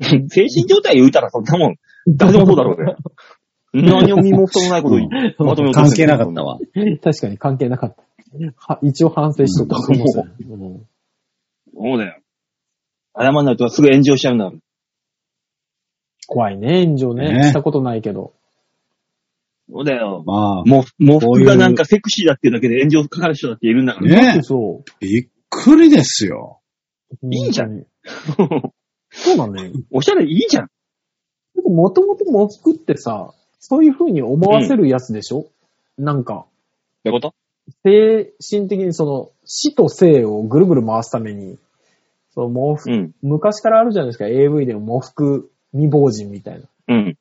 Speaker 1: え。精神状態言うたらそんなもん、誰でもそうだろうね。何を身も蓋もないことに、まとめようと
Speaker 3: 関
Speaker 1: して
Speaker 3: 係
Speaker 1: る
Speaker 3: なかったわ。。
Speaker 2: 確かに関係なかった。は一応反省しとったかもしれない。うん
Speaker 1: そうだよ。謝んないとすぐ炎上しちゃうんだから。
Speaker 2: 怖いね、炎上ね
Speaker 3: ね
Speaker 2: したことないけど。
Speaker 1: そうだよ。
Speaker 3: ま
Speaker 1: もう、喪
Speaker 3: こう
Speaker 1: 服
Speaker 3: いう
Speaker 1: がなんかセクシーだっていうだけで炎上かかる人だっているんだか
Speaker 3: あ、
Speaker 1: ら。
Speaker 2: だっ
Speaker 3: ね
Speaker 2: てそ
Speaker 3: びっくりですよ。
Speaker 2: う。
Speaker 1: いいじゃ
Speaker 2: ん。そうなんだよ。
Speaker 1: おしゃれいいじゃん。
Speaker 2: もともと喪服ってさ、そういう風に思わせるやつでしょ、なんか、
Speaker 1: ってこと
Speaker 2: 精神的にその死と生をぐるぐる回すために、その喪服、
Speaker 1: うん。
Speaker 2: 昔からあるじゃないですか、AV でも喪服未亡人みたいな。
Speaker 1: うん。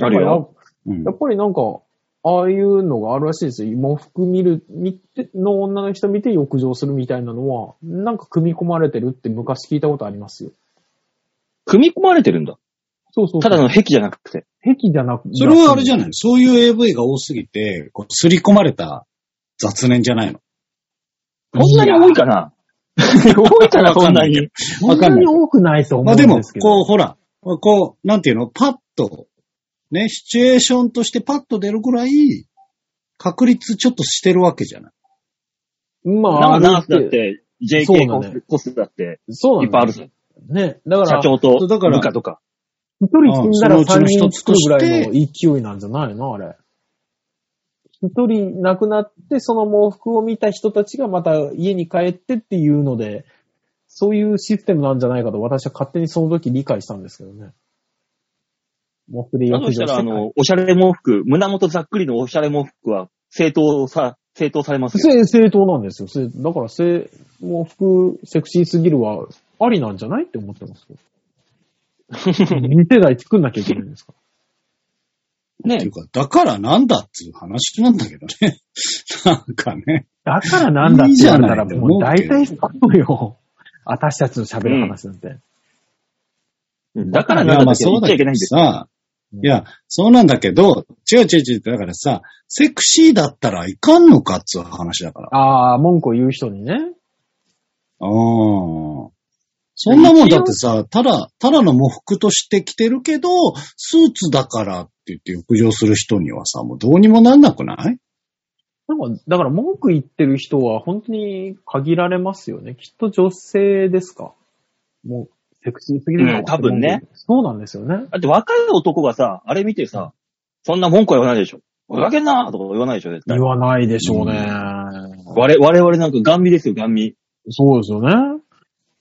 Speaker 1: あるよ。
Speaker 3: うん
Speaker 2: やっぱりなんか、ああいうのがあるらしいですよ。喪服見る、見て、の女の人見て浴場するみたいなのは、なんか組み込まれてるって昔聞いたことありますよ。
Speaker 1: 組み込まれてるんだ。
Speaker 2: そうそうそう。
Speaker 1: ただの壁じゃなくて。
Speaker 2: 癖じゃなく
Speaker 3: それはあれじゃないいそういう AV が多すぎて、こう、刷り込まれた雑念じゃないの。
Speaker 1: こんなに多いかな多いかな、そんなに。
Speaker 2: そんなに多くないと思
Speaker 3: ま
Speaker 2: う
Speaker 3: あ
Speaker 2: ん
Speaker 3: でも
Speaker 2: ですけ、ど。
Speaker 3: こう、ほら、こう、なんていうの、パッと、ね、シチュエーションとしてパッと出るぐらい、確率ちょっとしてるわけじゃない。
Speaker 2: まあ、
Speaker 1: な
Speaker 2: あ
Speaker 1: ナースだっ
Speaker 2: る
Speaker 1: て、
Speaker 2: そう
Speaker 1: JK
Speaker 2: な
Speaker 1: コ
Speaker 2: んだよ
Speaker 1: スコスだって、
Speaker 2: そう
Speaker 1: い
Speaker 2: な
Speaker 1: っ
Speaker 2: ん
Speaker 1: ぱい
Speaker 2: だ
Speaker 1: あ
Speaker 2: よ
Speaker 1: るぞ。
Speaker 2: ね。だか
Speaker 1: 社
Speaker 2: ら、
Speaker 1: 長と
Speaker 3: だから
Speaker 1: 部下とか。
Speaker 2: 一人死んだら
Speaker 3: うんそ
Speaker 2: 三
Speaker 3: のうち
Speaker 2: 人
Speaker 3: の一
Speaker 2: つ
Speaker 3: つ
Speaker 2: く
Speaker 3: と
Speaker 2: ぐ
Speaker 3: して
Speaker 2: らいの勢いなんじゃないのあれ。一人亡くなって、その喪服を見た人たちがまた家に帰ってっていうので、そういうシステムなんじゃないかと私は勝手にその時理解したんですけどね。喪服で
Speaker 1: だと
Speaker 2: 浴
Speaker 1: した
Speaker 2: 場
Speaker 1: ら、あ
Speaker 2: して
Speaker 1: の、おしゃれ毛服、胸元ざっくりのおしゃれ毛服は、正当さ、正当されますよ。
Speaker 2: 正、正当なんですよ。正だから、正、もう服、セクシーすぎるは、ありなんじゃないって思ってますよ。2世代作んなきゃいけないんですか
Speaker 1: ね
Speaker 3: っていうか、だからなんだっていう話なんだけどね。 なんかね。
Speaker 2: だからなんだって言われたら、
Speaker 3: いいじゃない
Speaker 2: もう大
Speaker 3: 思う
Speaker 2: 体そうよ。私たちの喋る話なんて。
Speaker 1: だからなんだって言っちゃいけないんですよ。
Speaker 3: さ、いや、そうなんだけど、違う違う違う、だからさ、セクシーだったらいかんのかっつう話だから。
Speaker 2: ああ、文句を言う人にね。
Speaker 3: ああ。そんなもんだってさ、ただ、ただの喪服として着てるけど、スーツだからって言って浴場する人にはさ、もうどうにもなんなくない
Speaker 2: なんか、だから文句言ってる人は本当に限られますよね。きっと女性ですか。もう、セクシーすぎるな
Speaker 1: うん多分ね。
Speaker 2: そうなんですよね。
Speaker 1: だって若い男がさ、あれ見てさ、そんな文句は言わないでしょ。ふざけんなとか言わないでしょ、絶対
Speaker 2: 言。わないでしょうね。
Speaker 1: 我々我々なんかガン見ですよ、ガン見。
Speaker 2: そうですよね。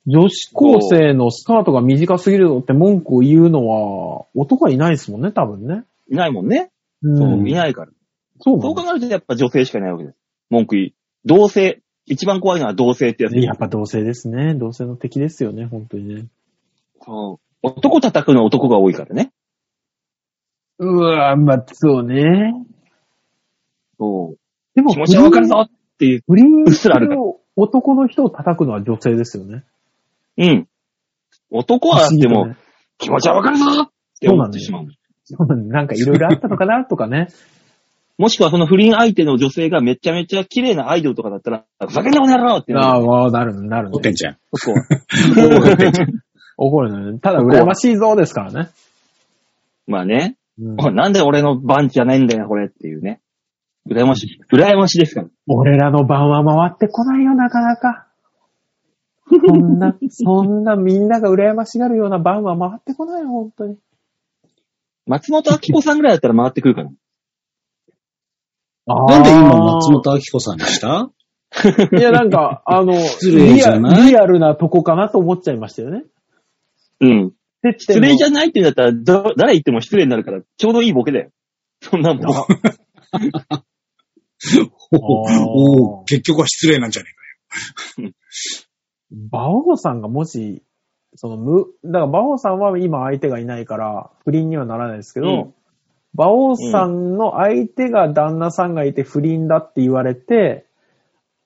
Speaker 2: 女子高生のスカートが短すぎるって文句を言うのは、男はいないですもんね、多分ね。
Speaker 1: いないもんね。
Speaker 2: う
Speaker 1: そう、
Speaker 2: ん
Speaker 1: いないから。
Speaker 2: そう
Speaker 1: そう
Speaker 2: な
Speaker 1: 考えるとやっぱ女性しかいないわけです。文句言い。同性。一番怖いのは同性ってやつ
Speaker 2: ん。 やっぱ同性ですね。同性の敵ですよね、本当にね。
Speaker 1: そう男叩くのは男が多いからね。
Speaker 2: うわまあ、そうね。
Speaker 1: そう。
Speaker 2: でも、
Speaker 1: 気持ちはわかるぞっていう。
Speaker 2: 不倫
Speaker 1: うっすらあるから
Speaker 2: 男の人を叩くのは女性ですよね。
Speaker 1: うん。男はだって
Speaker 2: 不思議だ
Speaker 1: も
Speaker 2: ね
Speaker 1: 気持ちはわかるぞって思ってしまう。
Speaker 2: そうなんですなんかいろいろあったのかなと かね。
Speaker 1: もしくはその不倫相手の女性がめちゃめちゃ綺麗なアイドルとかだったら、ふざけんなこの野郎って
Speaker 2: あ
Speaker 1: な
Speaker 2: あ、
Speaker 1: る。
Speaker 2: わあ、なるね、なる
Speaker 3: 怒って
Speaker 2: ね
Speaker 3: ん。じゃん。
Speaker 1: そこは。
Speaker 2: 怒るね。ただ、羨ましいぞですからね。
Speaker 1: まあね。
Speaker 2: うん
Speaker 1: おいなんで俺の番じゃないんだよ、これっていうね。羨ましい。羨ましいですから。
Speaker 2: 俺らの番は回ってこないよ、なかなか。そんな、そんなみんなが羨ましがるような番は回ってこないよ、本当に。
Speaker 1: 松本明子さんぐらいだったら回ってくるから。
Speaker 3: なんで今松本明子さんにした
Speaker 2: 本いや、なんか、あ の、リ
Speaker 3: 礼じ
Speaker 2: ア
Speaker 3: ゃない
Speaker 2: リアルなとこかなと思っちゃいましたよね。
Speaker 1: うん。失礼じ
Speaker 2: ゃ
Speaker 1: ゃないって言うんだったら、ど誰言っても失礼になるから、ちょうどいいボケだよ。そんなもん。
Speaker 3: お
Speaker 2: あー
Speaker 3: お結局は失礼なんじゃねえか。
Speaker 2: 馬王さんがもし、その、む、だから馬王さんは今相手がいないから、不倫にはならないですけど、
Speaker 1: うん
Speaker 2: 馬王さんの相手が旦那さんがいて不倫だって言われて、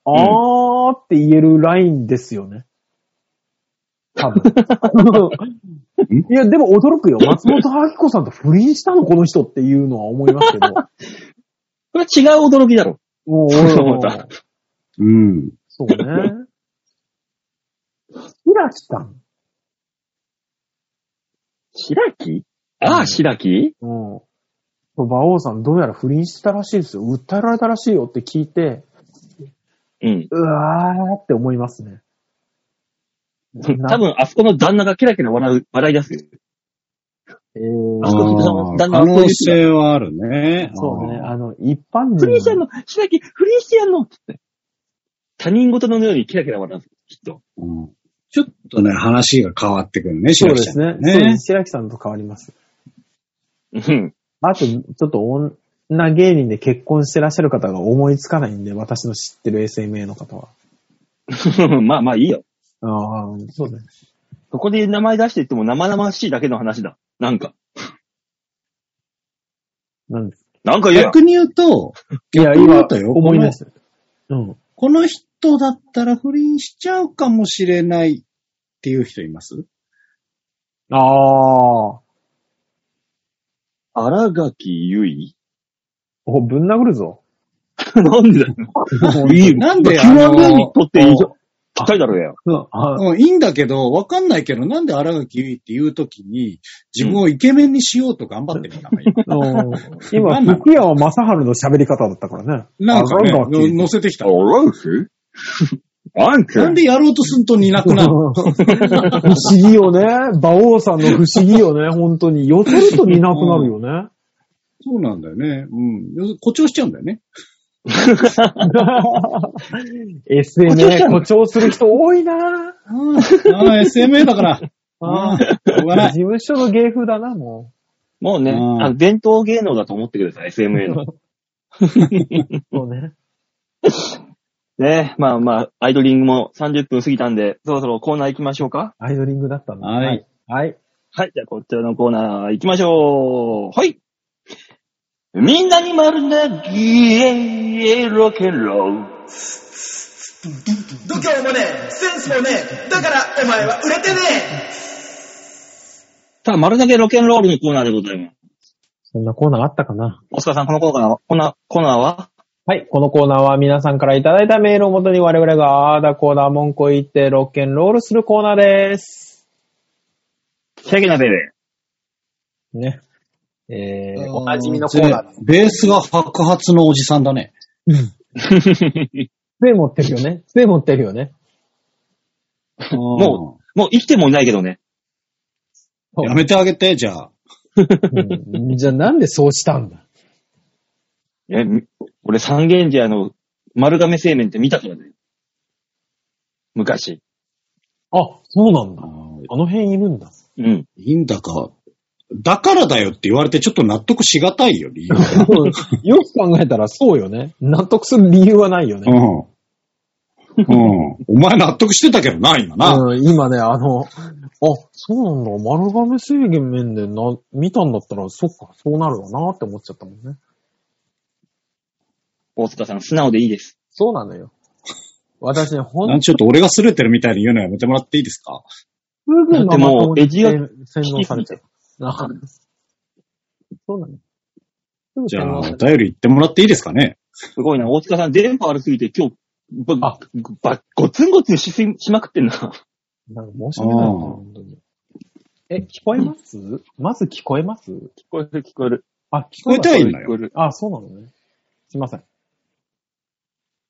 Speaker 1: ん
Speaker 2: あーって言えるラインですよね。多 分。いや、でも驚くよ。松本明子さんと不倫したのこの人っていうのは思います けど。
Speaker 1: これは違う驚きだろ。
Speaker 2: もう、
Speaker 1: そうだ
Speaker 3: うん。
Speaker 2: そうね。平木さん。
Speaker 1: 白木ああ、白木
Speaker 2: うん。馬王さん、どうやら不倫してたらしいですよ。訴えられたらしいよって聞いて、
Speaker 1: うん。
Speaker 2: うわーって思いますね。な
Speaker 1: 多、分、あそこの旦那がキラキラ笑う、笑い出すよ。
Speaker 2: えー
Speaker 1: あそこ
Speaker 3: 可
Speaker 1: 旦那はこういう
Speaker 3: 能
Speaker 1: 人だ
Speaker 3: 性はあるね。
Speaker 2: そうね。
Speaker 3: あー。
Speaker 2: あの、一般
Speaker 1: 不倫してや
Speaker 2: 人
Speaker 1: ん
Speaker 2: の
Speaker 1: の白木、不倫してやんのつって。他人事のようにキラキラ笑う。きっと。
Speaker 3: うんちょっとね、話が変わってくるね、
Speaker 2: そう
Speaker 3: 白
Speaker 2: で
Speaker 3: 木ちゃ
Speaker 2: す
Speaker 3: ん
Speaker 2: ね。そうです白木さんと変わります。
Speaker 1: うん。
Speaker 2: あと、ちょっと女芸人で結婚してらっしゃる方が思いつかないんで、私の知ってる SMA の方は。
Speaker 1: まあまあいいよ。
Speaker 2: ああ、そうね。
Speaker 1: ここで名前出していっても生々しいだけの話だ。なんか。
Speaker 2: なんです
Speaker 1: なんか言えよ
Speaker 3: 逆に言うと、
Speaker 2: いや、
Speaker 3: 逆に言
Speaker 2: 今
Speaker 3: うとよ、
Speaker 2: 思い出した。うん。
Speaker 3: この人だったら不倫しちゃうかもしれないっていう人います
Speaker 2: ああ、
Speaker 1: 荒垣結
Speaker 2: お、ぶん殴るぞ。
Speaker 1: 衣 なんでだよ。いい よ。
Speaker 3: なんで
Speaker 1: キュ
Speaker 3: あ
Speaker 1: ア
Speaker 3: の
Speaker 1: グにとっていいじゃん。ぴったりだろうよ。
Speaker 2: うん、あ
Speaker 3: うん、いいんだけど、わかんないけど、なんで荒垣結衣っていうときに、自分をイケメンにしようと頑張ってるんだ、 今。
Speaker 2: うん今、
Speaker 3: 何なの
Speaker 2: 福山雅治の喋り方だったからね。
Speaker 3: なんかね
Speaker 2: 荒垣、
Speaker 3: 乗せてきた。
Speaker 1: らし あんけ
Speaker 3: なんでやろうとすると似なく なる。
Speaker 2: 不思議よね。馬王さんの不思議よね。本当に。寄せると似なくなるよね。
Speaker 3: そうなんだよね。うん。要するに誇張しちゃうんだよね。
Speaker 2: SNS 誇張する人多いな
Speaker 3: あ あ、SMA だから。ああ、しょうがな
Speaker 2: 事
Speaker 3: い。
Speaker 2: 務所の芸風だな、も
Speaker 1: もうね、
Speaker 3: うん
Speaker 1: あの伝統芸能だと思ってください、SMA の。
Speaker 2: う。そうね。
Speaker 1: ねまあまあ、アイドリングも30分過ぎたんで、そろそろコーナー行きましょうか。
Speaker 2: アイドリングだったんだ。
Speaker 3: はい。
Speaker 2: はい。
Speaker 1: はい、じゃあこちらのコーナー行きましょう。はい。みんなに丸なギエロケロー。
Speaker 4: 度胸もねえ、センスもねえ、だからお前は売れてねえ。
Speaker 1: さあ、丸投げロケンロールのコーナーでございます。
Speaker 2: そんなコーナーあったかな
Speaker 1: おすかさん、このコーナーは、こんなコーナーは
Speaker 2: はい。このコーナーは皆さんからいただいたメールをもとに我々があーだこーだ文句を言ってロッケンロールするコーナーです。
Speaker 1: シャゲなベレ
Speaker 2: ね。えー、おなじみのコーナーだ。
Speaker 3: ベースが白髪のおじさんだね。
Speaker 1: ー。
Speaker 2: 杖持ってるよね。杖持ってるよね。
Speaker 1: ももう生きてもいないけどね。
Speaker 3: やめてあげて、じゃあ。
Speaker 2: うんじゃあなんでそうしたんだ
Speaker 1: え、み俺三軒茶屋の丸亀製麺って見たからね。昔。
Speaker 2: あ、そうなん
Speaker 3: あ
Speaker 2: だ。
Speaker 3: あ
Speaker 2: あの辺いるんだ。
Speaker 1: うん。
Speaker 3: いいんだか。だからだよって言われてちょっと納得しがたいよ、理由が。
Speaker 2: よく考えたらそうよね。納得する理由はないよね。
Speaker 3: うん。うん。お前納得してたけどな、今な。
Speaker 2: うん、今ね、あの、あ、そうなんだ、丸亀製麺でな、見たんだったら、そっか、そうなるわなって思っちゃったもんね。
Speaker 1: 大塚さん、素直でいいです。
Speaker 2: そうなのよ。私ね、ほ
Speaker 3: なん
Speaker 2: ん
Speaker 3: ちょっと俺が擦れてるみたいに言うのやめてもらっていいですか
Speaker 2: すぐ
Speaker 1: だ
Speaker 2: の
Speaker 1: ってもう
Speaker 2: エ
Speaker 1: エジが
Speaker 2: 洗脳されちゃう。あそうなの。すぐ
Speaker 3: じゃ
Speaker 2: 洗
Speaker 3: あ、
Speaker 2: 脳
Speaker 3: お
Speaker 2: され
Speaker 3: 便
Speaker 2: ちゃう
Speaker 3: り言ってもらっていいですかね
Speaker 1: すごいな。大塚さん、電波悪すぎて今日、ば
Speaker 2: あ、
Speaker 1: ば、ごつんごつんしすぎしまくってんな。
Speaker 2: なんか申し訳ないな、
Speaker 3: うん
Speaker 2: 本当に。え、聞こえます、まず聞こえます
Speaker 1: 聞こえる、聞こえる。
Speaker 2: あ、聞
Speaker 3: 聞こ
Speaker 2: こ
Speaker 3: え
Speaker 2: え
Speaker 3: てはいいの
Speaker 1: 聞こ
Speaker 3: よ。
Speaker 1: える。
Speaker 2: あ、そうなのね。すいません。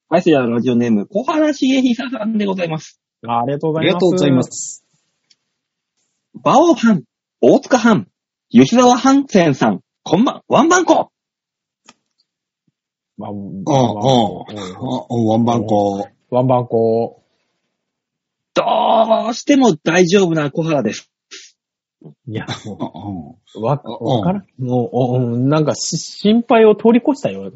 Speaker 1: はい、それではラジオネーム、小原茂久さんでございます。
Speaker 2: あありがとうご
Speaker 3: あ
Speaker 2: ざい
Speaker 3: り
Speaker 2: ます。
Speaker 3: がとうございま。す。
Speaker 1: 馬王藩、大塚藩、吉沢藩船さん、こんばん、ワンバンコ
Speaker 2: まあ、うん、
Speaker 3: ああ、ああ、ワンバンコ。
Speaker 2: ワンバンコ
Speaker 1: どうしても大丈夫な小原です。
Speaker 2: いや、も
Speaker 3: あうん
Speaker 2: う、わ、
Speaker 3: あ
Speaker 2: わからん。もうお、うんなんかし、心配を通り越したよ。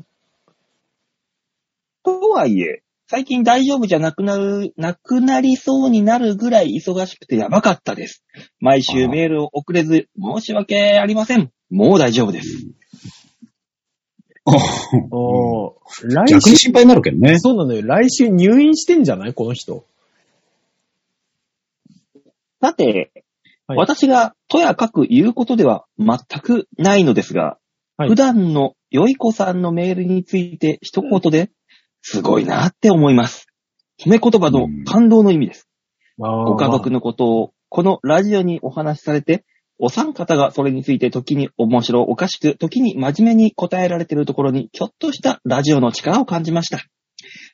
Speaker 1: とはいえ、最近大丈夫じゃなくなる、なくなりそうになるぐらい忙しくてやばかったです。毎週メールを送れず、申し訳ありません。もう大丈夫です。
Speaker 3: あうん
Speaker 2: おー来
Speaker 3: 逆に
Speaker 2: 週、
Speaker 3: 心配になるけどね。
Speaker 2: そうなのよ。来週入院してんじゃないこの人。
Speaker 1: さて、
Speaker 2: はい
Speaker 1: 私がとやかく言うことでは全くないのですが、
Speaker 2: はい
Speaker 1: 普段のよい子さんのメールについて一言で、すごいなって思います。褒め言葉の感動の意味です。
Speaker 2: ご
Speaker 1: ご家族のことを、このラジオにお話しされて、お三方がそれについて時に面白おかしく、時に真面目に答えられているところに、きょっとしたラジオの力を感じました。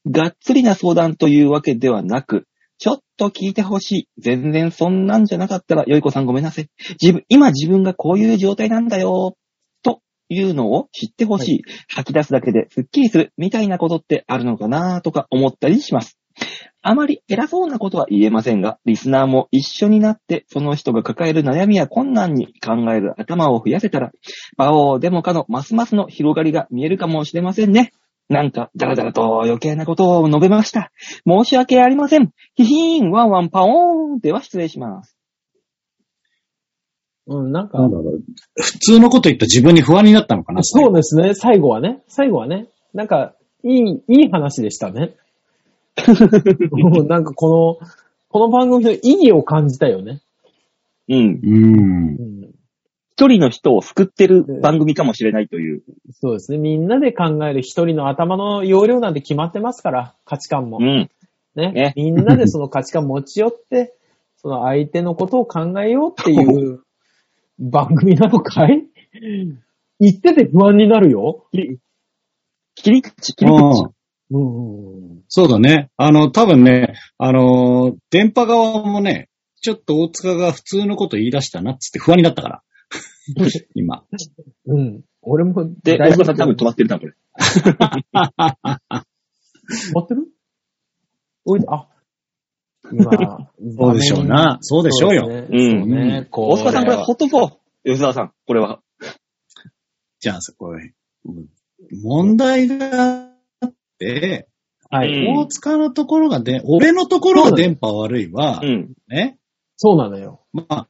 Speaker 1: がっつりな相談というわけではなく、ちょっと聞いてほしい。全然そんなんじゃなかったら、よいこさんごめんなさい。自分、今自分がこういう状態なんだよ、というのを知ってほしい。吐き出すだけでスッキリする、みたいなことってあるのかなとか思ったりします。あまり偉そうなことは言えませんが、リスナーも一緒になって、その人が抱える悩みや困難に考える頭を増やせたら、馬王デモカのますますの広がりが見えるかもしれませんね。なんか、だらだらと余計なことを述べました。申し訳ありません。ヒヒーン、ワンワン、パオーン。では失礼します。
Speaker 2: うん、なんか
Speaker 3: な、んだろう普通のこと言った自分に不安になったのかな
Speaker 2: そうですね。最後はね。最後はね。なんか、いい、いい話でしたね。もうなんかこの、この番組の意義を感じたよね。
Speaker 1: うん。
Speaker 3: うん
Speaker 2: う。ん、
Speaker 1: 一人の人を救ってる番組かもしれないという。
Speaker 2: そうですね。みんなで考える一人の頭の容量なんて決まってますから、価値観も。
Speaker 1: うん。
Speaker 2: ね。
Speaker 1: ね
Speaker 2: みんなでその価値観持ち 寄って、その相手のことを考えようっていう番組なのかい 言ってて不安になるよ。
Speaker 1: 切り口、切り口
Speaker 3: うん。
Speaker 2: うん。
Speaker 3: そうだね。あの、多分ね、あのー、電波側もね、ちょっと大塚が普通のこと言い出したなっつって不安になったから。今。
Speaker 2: うん。俺も、
Speaker 1: で、大
Speaker 2: 大学
Speaker 1: 塚さん多分止まってるな、これ。
Speaker 2: 止まってるおいで、あ、今、
Speaker 3: そうでしょうな。そうでしょうよ。
Speaker 2: そう
Speaker 1: う
Speaker 2: ですね。
Speaker 1: ん
Speaker 2: そうねこう
Speaker 1: 大塚さん、これホットフォー。吉沢さん、これは。
Speaker 3: じゃあ、そこへ。うん問題があって、
Speaker 2: は
Speaker 1: う
Speaker 2: い。
Speaker 1: ん
Speaker 3: 大塚のところがで、俺のところが電波悪いは
Speaker 1: う、ん。
Speaker 3: ね、
Speaker 2: そうなのよ。
Speaker 3: まあ、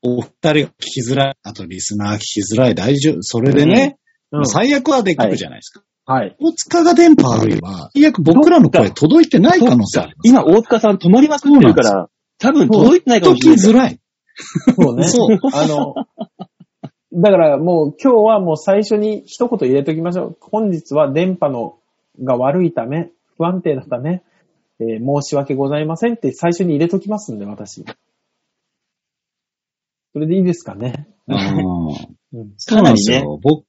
Speaker 3: お二人が聞きづらい、あとリスナー聞きづらい、大丈夫。それでね、
Speaker 2: うん。
Speaker 3: 最悪はできるじゃないですか。
Speaker 2: はい。
Speaker 3: 大塚が電波悪いは、最悪僕らの声届いてない可能性あります。
Speaker 1: 今、大塚さん止まりまくってるから、多分届いてないかもしれ
Speaker 3: 届
Speaker 1: ない
Speaker 3: き。づらい。
Speaker 2: そうね。
Speaker 3: そう。
Speaker 2: あの、だからもう今日はもう最初に一言入れときましょう。本日は電波のが悪いため、不安定なため、えー申し訳ございませんって最初に入れときますんで、私。それでいいですかね。
Speaker 3: うん
Speaker 2: うん。
Speaker 3: そうなんですよ。僕、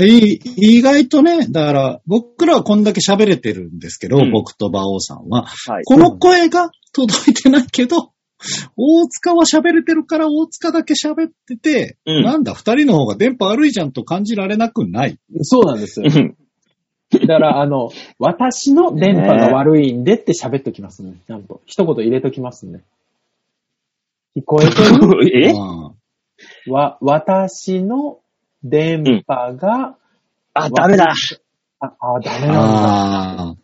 Speaker 3: い意外とね、だから、僕らはこんだけ喋れてるんですけど、
Speaker 1: うん
Speaker 3: 僕と馬王さんは、
Speaker 1: はい。
Speaker 3: この声が 届いてないけど、大塚は喋れてるから大塚だけ喋ってて、
Speaker 1: うん
Speaker 3: なんだ、二人の方が電波悪いじゃんと感じられなくない。
Speaker 2: そうなん ですよ。
Speaker 1: うん
Speaker 2: だから、あの、私の電波が悪いんでって喋っときますね。ちゃんと。一言入れときますね。聞こえて る
Speaker 1: え
Speaker 3: うん
Speaker 2: わ、私の電波が、
Speaker 1: あ、ダメだ。
Speaker 2: あ、あ、ダメなんだ。
Speaker 3: ああ、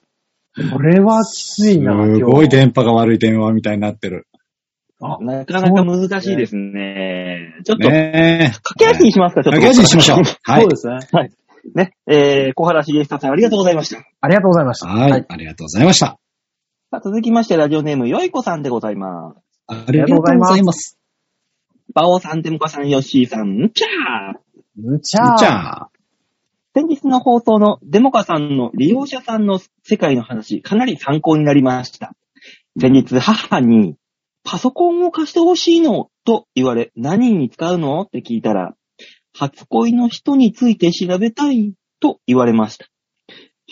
Speaker 2: これはきついな、今
Speaker 3: す
Speaker 2: 日。
Speaker 3: ごい電波が悪い電話みたいになってる。
Speaker 2: あ
Speaker 1: なかなか難しいですね。ちょっと、
Speaker 3: ねえ。
Speaker 1: 駆け足にしますか、ちょっと。
Speaker 3: 駆け足にしましょう。は
Speaker 2: そ
Speaker 3: いう
Speaker 2: で。すね。
Speaker 1: ね。えー、小原茂久さん、ありがとうございました。
Speaker 2: ありがとうございました。
Speaker 3: は。
Speaker 2: はい
Speaker 3: ありがとうございました。
Speaker 1: さあ続きまして、ラジオネーム、よいこさんでございます。
Speaker 3: ありがとうございます。
Speaker 1: バオさん、テムカさん、ヨッシーさん、んちゃー
Speaker 2: むち
Speaker 3: じ
Speaker 2: ゃー。
Speaker 3: ゃあ、
Speaker 1: 先日の放送のデモカさんの利用者さんの世界の話、かなり参考になりました。先日、母に、パソコンを貸してほしいのと言われ、何に使うのって聞いたら、初恋の人について調べたいと言われました。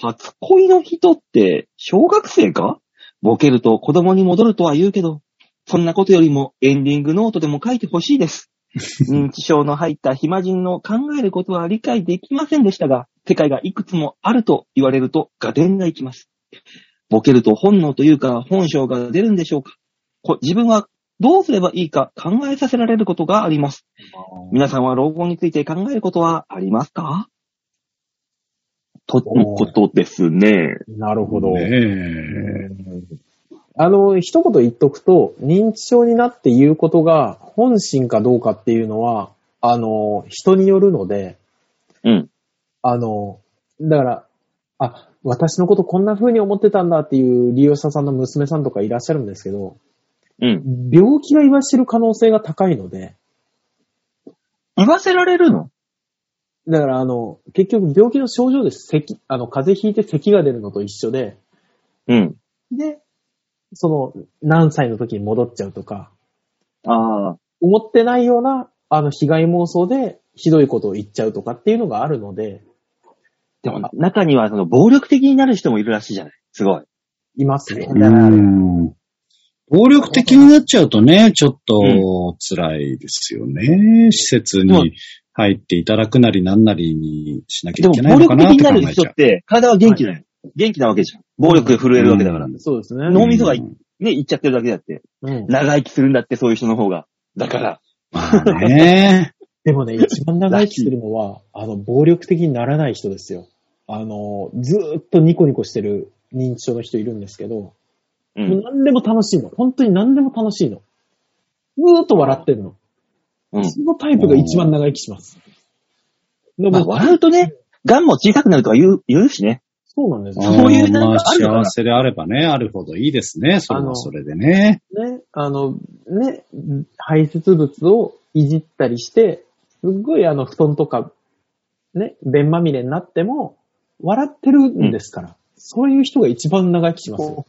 Speaker 1: 初恋の人って小学生かボケると子供に戻るとは言うけど、そんなことよりもエンディングノートでも書いてほしいです。 認知症の入った暇人の考えることは理解できませんでしたが、世界がいくつもあると言われると、画伝がいきます。ボケると本能というか、本性が出るんでしょうかこ自分はどうすればいいか考えさせられることがあります。皆さんは老後について考えることはありますかとのことですね。
Speaker 2: なるほど。
Speaker 3: ねえ。
Speaker 2: あの、一言言っとくと、認知症になって言うことが本心かどうかっていうのは、あの、人によるので、
Speaker 1: うん。
Speaker 2: あの、だから、あ、私のことこんな風に思ってたんだっていう利用者さんの娘さんとかいらっしゃるんですけど、
Speaker 1: うん。
Speaker 2: 病気が言わしてる可能性が高いので、
Speaker 1: 言わせられるの
Speaker 2: だからあの、結局病気の症状です。咳、あの、風邪ひいて咳が出るのと一緒で、
Speaker 1: うん。
Speaker 2: で、その、何歳の時に戻っちゃうとか、
Speaker 1: ああ。
Speaker 2: 思ってないような、あの、被害妄想で、ひどいことを言っちゃうとかっていうのがあるので、
Speaker 1: でも、中にはその暴力的になる人もいるらしいじゃないすごい。
Speaker 2: いますね。
Speaker 3: うん暴力的になっちゃうとね、ちょっと辛いですよね。施設に入っていただくなりなんなりにしなき
Speaker 1: で
Speaker 3: ゃい
Speaker 1: も、
Speaker 3: けない
Speaker 1: 暴
Speaker 3: のか
Speaker 1: 力
Speaker 3: なっ
Speaker 1: 的に
Speaker 3: て考
Speaker 1: なる
Speaker 3: えち
Speaker 1: 人
Speaker 3: ゃ
Speaker 1: っ。て、体は元気だよ。元気なわけじゃん。暴力で震えるわけだから。
Speaker 3: う
Speaker 1: ね、
Speaker 2: そうですね。
Speaker 1: 脳みそが
Speaker 3: うん
Speaker 1: いっちゃってるだけだって。
Speaker 2: うん
Speaker 1: 長生きするんだって、そういう人の方が。だから。
Speaker 3: まあね。
Speaker 2: でもね、一番長生きするのは、あの、暴力的にならない人ですよ。あの、ずーっとニコニコしてる認知症の人いるんですけど、
Speaker 1: う。
Speaker 2: もうん何でも楽しいの。本当に何でも楽しいの。ずーっと笑ってるの。
Speaker 1: うん。
Speaker 2: そのタイプが一番長生きします。で
Speaker 1: まあ、
Speaker 2: も、
Speaker 1: 笑うとね、癌も小さくなるとか言う、言うしね。
Speaker 2: そうなんですよ。
Speaker 1: そういうなん
Speaker 3: まあ
Speaker 1: かあるのかな
Speaker 3: 幸せであればね、あるほどいいですね。それはそれでね。
Speaker 2: ね、あの、ね、排泄物をいじったりして、すっごいあの、布団とか、ね、便まみれになっても、笑ってるんですから、そういう人が一番長生きしますよ。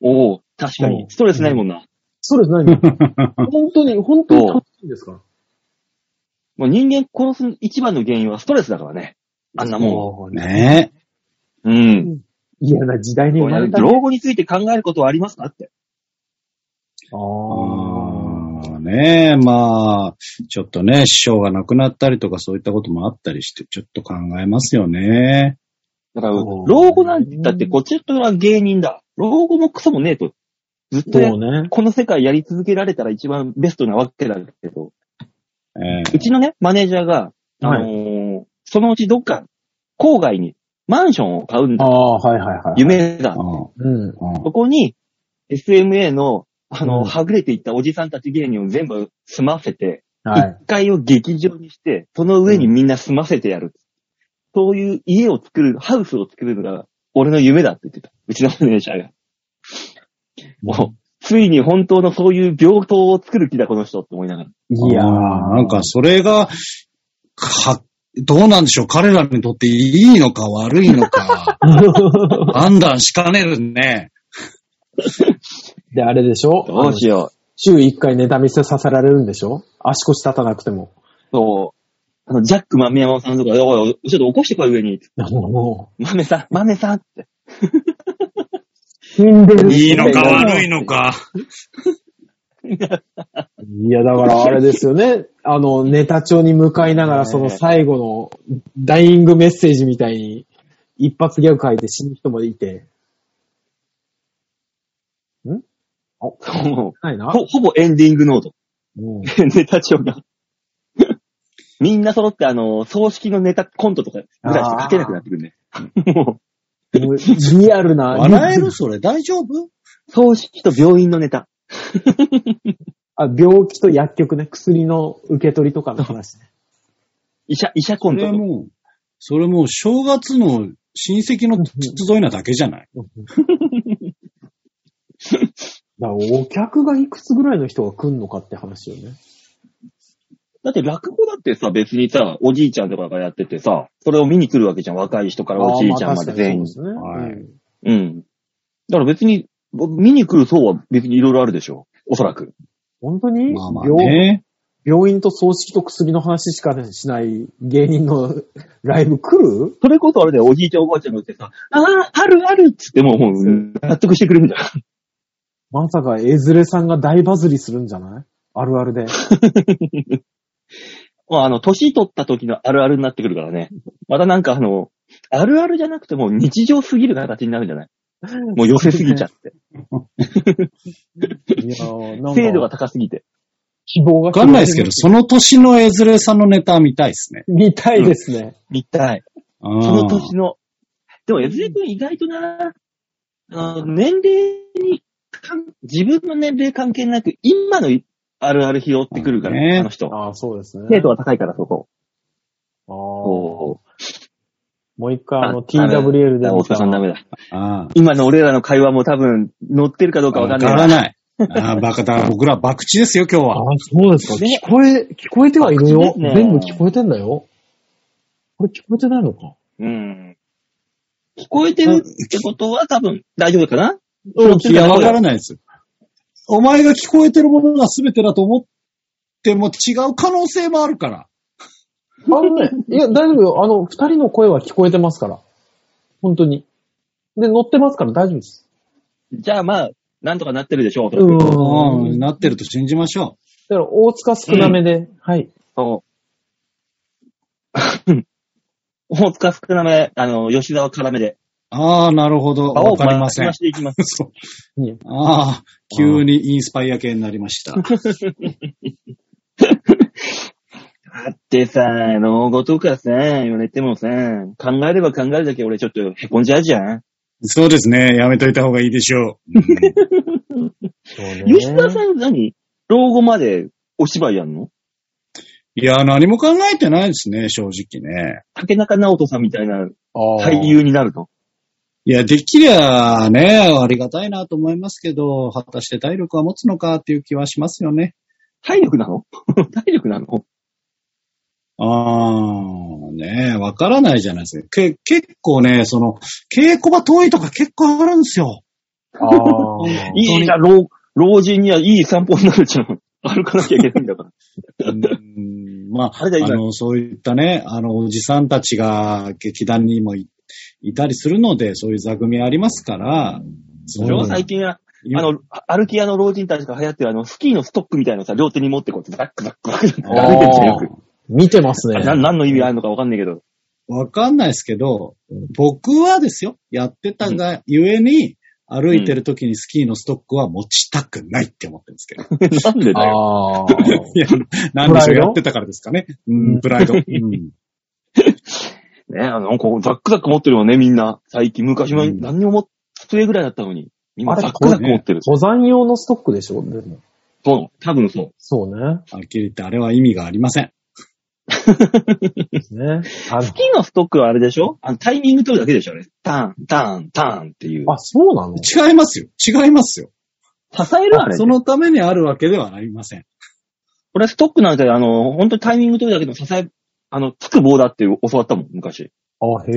Speaker 1: おお確かに
Speaker 2: う。ん
Speaker 1: ストレスないもんな。
Speaker 2: そうです、何 本当に、本当に楽しいんですから。
Speaker 1: もう人間殺す一番の原因はストレスだからね。あんなも
Speaker 2: もうね、
Speaker 3: ね
Speaker 1: ん。うん。
Speaker 2: 嫌な時代に生まれたね。
Speaker 1: 老後について考えることはありますかって。
Speaker 2: あ
Speaker 3: あ
Speaker 2: ー
Speaker 3: ーね、まあ、ちょっとね、師匠が亡くなったりとかそういったこともあったりして、ちょっと考えますよね。
Speaker 1: だから、
Speaker 2: おー
Speaker 1: 老後なんて、だってこっちとは芸人だ。老後もクソもねえと。ずっとや
Speaker 2: そうね。
Speaker 1: この世界やり続けられたら一番ベストなわけだけど、
Speaker 3: え
Speaker 1: うちのね、マネージャーが、あのーそのうちどっか、郊外にマンションを買うん
Speaker 2: あ
Speaker 1: だ。
Speaker 2: あ、はいはいはい。
Speaker 1: 夢
Speaker 3: え
Speaker 1: だ。
Speaker 2: うん。
Speaker 3: うんうん
Speaker 1: そこに、SMA の、あの、
Speaker 2: うん
Speaker 1: はぐれていったおじさんたち芸人を全部済ませて、
Speaker 2: はい。
Speaker 1: 1階を劇場にして、その上にみんな住ませてやる。そういう家を作る、ハウスを作るのが、俺の夢だって言ってた。うちのマネージャーが。もう、ついに本当のそういう病棟を作る気だ、この人って思いながら。
Speaker 2: いやー
Speaker 3: あーなんかそれが、か、どうなんでしょう彼らにとっていいのか悪いの か、判断しかねるね。
Speaker 2: で、あれでしょ
Speaker 1: どうしよ
Speaker 2: 週1回ネタ見せさせられるんでしょ足腰立たなくても。
Speaker 1: う。そう。あの、ジャック豆山さんとか、おいおい、ちょっと起こしてこい、上に。
Speaker 2: も
Speaker 1: 豆さん、豆さんって。
Speaker 2: う、死んでる。
Speaker 3: いいのか悪いのか。
Speaker 2: いや、だからあれですよね。あの、ネタ帳に向かいながら、その最後のダイイングメッセージみたいに、一発ギャグ書いて死ぬ人もいて。んあ、
Speaker 1: も
Speaker 2: ないな
Speaker 1: う、。ほ、ほぼエンディングノート。
Speaker 2: うん
Speaker 1: ネタ帳が。 みんな揃って、あの、葬式のネタ、コントとか、ぐらいしか書けなくなってくるね。 も
Speaker 2: もうリアルな。
Speaker 3: 笑えるそれ大丈夫
Speaker 1: う、葬式と病院のネタ。
Speaker 2: あ、病気と薬局ね。薬の受け取りとかの 話ね。
Speaker 1: 医者、医者コ
Speaker 3: そ
Speaker 1: ント
Speaker 3: れ
Speaker 1: とか。
Speaker 3: もう、それもう正月の親戚の集いなだけじゃない。
Speaker 2: だからお客がいくつぐらいの人が来んのかって話よね。
Speaker 1: だって落語だってさ、別にさ、おじいちゃんとかがやっててさ、それを見に来るわけじゃん。若い人からおじいちゃんまで全員。
Speaker 2: あーまあ確かにそうですね。
Speaker 3: は
Speaker 2: うん
Speaker 1: うん。だから別に、僕見に来る層は別にいろいろあるでしょ。おそらく。
Speaker 2: 本当に、
Speaker 3: まあまあね。
Speaker 2: 病院と葬式と薬の話しかしない芸人の ライブ来る
Speaker 1: それこそあれだよ、おじいちゃんおばあちゃんが言ってさ、ああ、あるあるっつってもう、もう、納得してくれるんだよ。
Speaker 2: まさか、えずれさんが大バズりするんじゃないあるあるで。
Speaker 1: まあ、あの、年取った時のあるあるになってくるからね。またなんかあの、あるあるじゃなくてもう日常すぎる形になるんじゃないもう寄せすぎちゃって。
Speaker 2: いやーなんか
Speaker 1: 精度が高すぎて。
Speaker 2: 希望が
Speaker 3: わかんないですけど、その年のえずれさんのネタ見たいですね。
Speaker 2: 見たいですね。
Speaker 1: 見たい。
Speaker 3: そ
Speaker 1: その年の。でも、えずれ君意外とな、あの年齢に関、自分の年齢関係なく、今のあるある拾ってくるから、
Speaker 3: ね
Speaker 1: あの人。
Speaker 2: ああ、そうですね。
Speaker 1: 精度が高いから、そこ。
Speaker 2: あーも
Speaker 1: おー
Speaker 2: う一回、あの、
Speaker 1: ああれ
Speaker 2: TWL で
Speaker 1: 大
Speaker 2: 見た
Speaker 1: 塚さんダメだ。
Speaker 3: あ
Speaker 1: 今の俺らの会話も多分、乗ってるかどう
Speaker 3: あ。
Speaker 1: かわか
Speaker 3: わ
Speaker 1: んない
Speaker 3: か
Speaker 1: な。
Speaker 3: らない。ああ、バカだ。僕ら爆地ですよ、今日
Speaker 2: あ
Speaker 3: は。
Speaker 2: あ、そうですか。聞こえ、聞こえてはいる
Speaker 1: あ
Speaker 2: よ。
Speaker 1: 口ですね
Speaker 2: 全部聞こえてんだよ。これ聞こえてないのか
Speaker 1: うん。聞こえてるってことは多分大丈夫かな
Speaker 3: うんいや、わからないです。お前が聞こえてるものが全てだと思っても違う可能性もあるから。
Speaker 2: あのね、いや、大丈夫よ。あの、二人の声は聞こえてますから。本当に。で、乗ってますから大丈夫です。
Speaker 1: じゃあまあ、なんとかなってるでしょう。
Speaker 2: うん。だ
Speaker 3: うん、なってると信じましょ
Speaker 2: から、大塚少なめで、はい。
Speaker 1: そう。大塚少なめ、あの、吉沢絡めで。
Speaker 3: う。ああ、なるほど。わかりません
Speaker 1: 回。していきます。
Speaker 3: そう
Speaker 2: いや
Speaker 3: ああ、急にインスパイア系になりま した。
Speaker 1: だってさ、老後とかさ、言われてもさ、考えれば考えるだけ俺ちょっと凹んじゃうじゃん。
Speaker 3: そうですね。やめといた方がいいでしょう。
Speaker 1: 吉沢さん何老後までお芝居やんの
Speaker 3: いや、何も考えてないですね、正直ね。
Speaker 1: 竹中直人さんみたいな俳
Speaker 2: 俳。
Speaker 1: 優になるの
Speaker 3: いや、できりゃね、ありがたいなと思いますけど、果たして体力は持つのかっていう気はしますよね。
Speaker 1: 体力なの 体力なの
Speaker 3: ああ、ねえ、わからないじゃないですか。け、結構ね、その、稽古場遠いとか結構あるんですよ。
Speaker 2: ああ。
Speaker 1: いいじゃん老、老人にはいい散歩になるじゃん。歩かなきゃいけないんだから。
Speaker 3: うんま
Speaker 1: あ
Speaker 3: あ、
Speaker 1: れだ
Speaker 3: あ
Speaker 1: 今
Speaker 3: の、そういったね、あの、おじさんたちが劇団 にもいいたりするので、そういう座組ありますから、
Speaker 1: それは最近は、あの、歩き屋の老人たちが流行ってるあの、スキーのストックみたいなのさ、両手に持ってこうやってザックザックザックって歩いてるじゃんよく。
Speaker 2: 見てますね。
Speaker 1: な何の意味あるのかわかんないけど。
Speaker 3: わかんないですけど、僕はですよ、やってたが、ゆえに、歩いてる時にスキーのストックは持ちたくないって思ってるんですけ
Speaker 1: な
Speaker 3: ど。
Speaker 1: んでだよ。
Speaker 2: ああ。
Speaker 3: いや、なんでし
Speaker 2: プライ
Speaker 3: ょう、
Speaker 2: ド
Speaker 3: やってたからですかね。うん、プライド。うん。
Speaker 1: ね、あの、こう、ザックザック持ってるよね、みんな。最近、昔も
Speaker 3: うん
Speaker 1: 何にも持っ、机ぐらいだったのに。今、
Speaker 2: あれ
Speaker 1: ザックザック持ってる。
Speaker 2: 登山用のストックでしょでも。
Speaker 1: そう、多分そう。
Speaker 2: そうね。
Speaker 3: はっきり言って、あれは意味がありません。
Speaker 2: ですね。あ
Speaker 1: スキーのストックはあれでしょあの、タイミング取るだけでしょあれ。ターン、ターン、ターンっていう
Speaker 2: の、。あ、そうなの
Speaker 3: 違いますよ。違いますよ。
Speaker 1: 支えるあれ。
Speaker 3: そのためにあるわけではありません。
Speaker 1: これストックなんて、あの、本当にタイミング取るだけの支え、あの、つく棒だって教わったもん、昔。
Speaker 2: あ、へ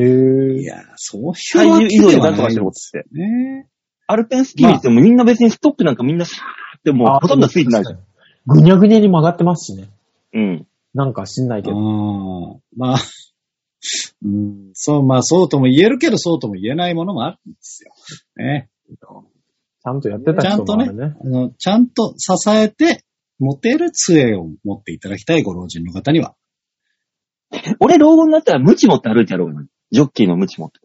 Speaker 3: い
Speaker 2: え。
Speaker 3: や、そう
Speaker 1: 体
Speaker 3: いうわ
Speaker 1: 重
Speaker 3: け
Speaker 1: 移動
Speaker 3: で
Speaker 1: で
Speaker 3: は
Speaker 1: なんと
Speaker 3: な
Speaker 1: か
Speaker 3: い
Speaker 1: してる
Speaker 3: で
Speaker 1: こと
Speaker 3: す
Speaker 1: って。
Speaker 3: ね。
Speaker 1: アルペンスキーにしてもみんな別にストックなんかみんなさーってもうほとんどついてないじゃん。
Speaker 2: ぐにゃぐにゃに曲がってますしね。
Speaker 1: うん。
Speaker 2: なんか知んないけ
Speaker 3: あ
Speaker 2: ど。
Speaker 3: あ、まあ、うん、そう、まあ、そうとも言えるけど、そうとも言えないものもあるんですよ。ね。
Speaker 2: ちゃんとやってた人もあるね。
Speaker 3: あの、ちゃんと支えて、持てる杖を持っていただきたいご老人の方には。
Speaker 1: 俺老後になったらムチ持って歩いてやろうかな。ジョッキーのムチ持って。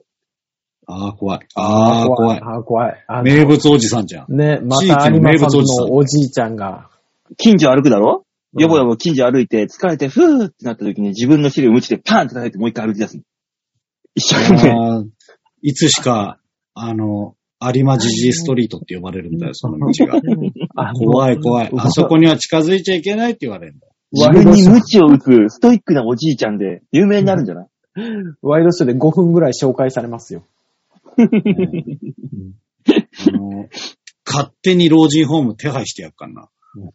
Speaker 3: ああ、怖い。ああ、怖い。
Speaker 2: あー怖い。あの
Speaker 3: 名物おじさんじゃん。
Speaker 2: ね、ま
Speaker 3: 地域
Speaker 2: た有
Speaker 3: の
Speaker 2: 馬
Speaker 3: 名
Speaker 2: さ
Speaker 3: 物おじさ
Speaker 2: ん
Speaker 3: ん
Speaker 2: のおじいちゃんが。
Speaker 1: 近所歩くだろ
Speaker 2: うん
Speaker 1: よぼよぼ近所歩いて疲れてふーってなった時に自分の尻をムチでパーンって叩いてもう一回歩き出すの。一緒にね。
Speaker 3: あーいつしか、あの、有馬ジジイストリートって呼ばれるんだよ、その道が。
Speaker 2: あの
Speaker 3: 怖い怖い。あそこには近づいちゃいけないって言われ るんだよ。
Speaker 1: 自分にムチを打つストイックなおじいちゃんで有名になるんじゃない
Speaker 2: ワイドショーで5分ぐらい紹介されますよ。
Speaker 3: ねあの勝手に老人ホーム手配してやっかんな。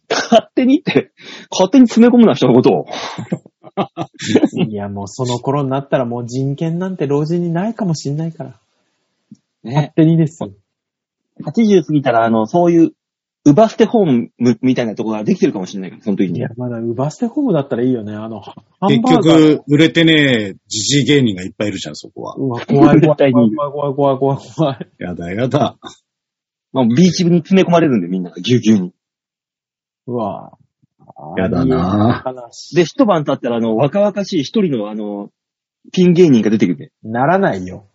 Speaker 1: 勝手にって、勝手に詰め込むな、人のことを。
Speaker 2: いや、もうその頃になったらもう人権なんて老人にないかもしんないから。勝
Speaker 1: ね。
Speaker 2: 手にですよ。
Speaker 1: 80過ぎたら、あの、そういう、ウバステホームみたいなところができてるかもしれないから、その時
Speaker 2: い
Speaker 1: に
Speaker 2: や。、まだウバステホームだったらいいよね。あの、ハン
Speaker 3: 結
Speaker 2: バーガー。
Speaker 3: 局、売れてねえジジイ芸人がいっぱいいるじゃん、そこは。
Speaker 2: うわ、怖い怖
Speaker 1: 絶
Speaker 2: い
Speaker 1: 対
Speaker 2: 怖い
Speaker 1: に
Speaker 2: 怖い怖い怖い怖い。
Speaker 3: やだやだ。
Speaker 1: まあ、ビーチ部に詰め込まれるんで、みんながぎゅうぎゅうに。
Speaker 2: うわ
Speaker 3: やだな
Speaker 2: 悲しい
Speaker 1: で、一晩経ったら、あの、若々しい一人の、あの、ピン芸人が出てくるね。
Speaker 2: ならないよ。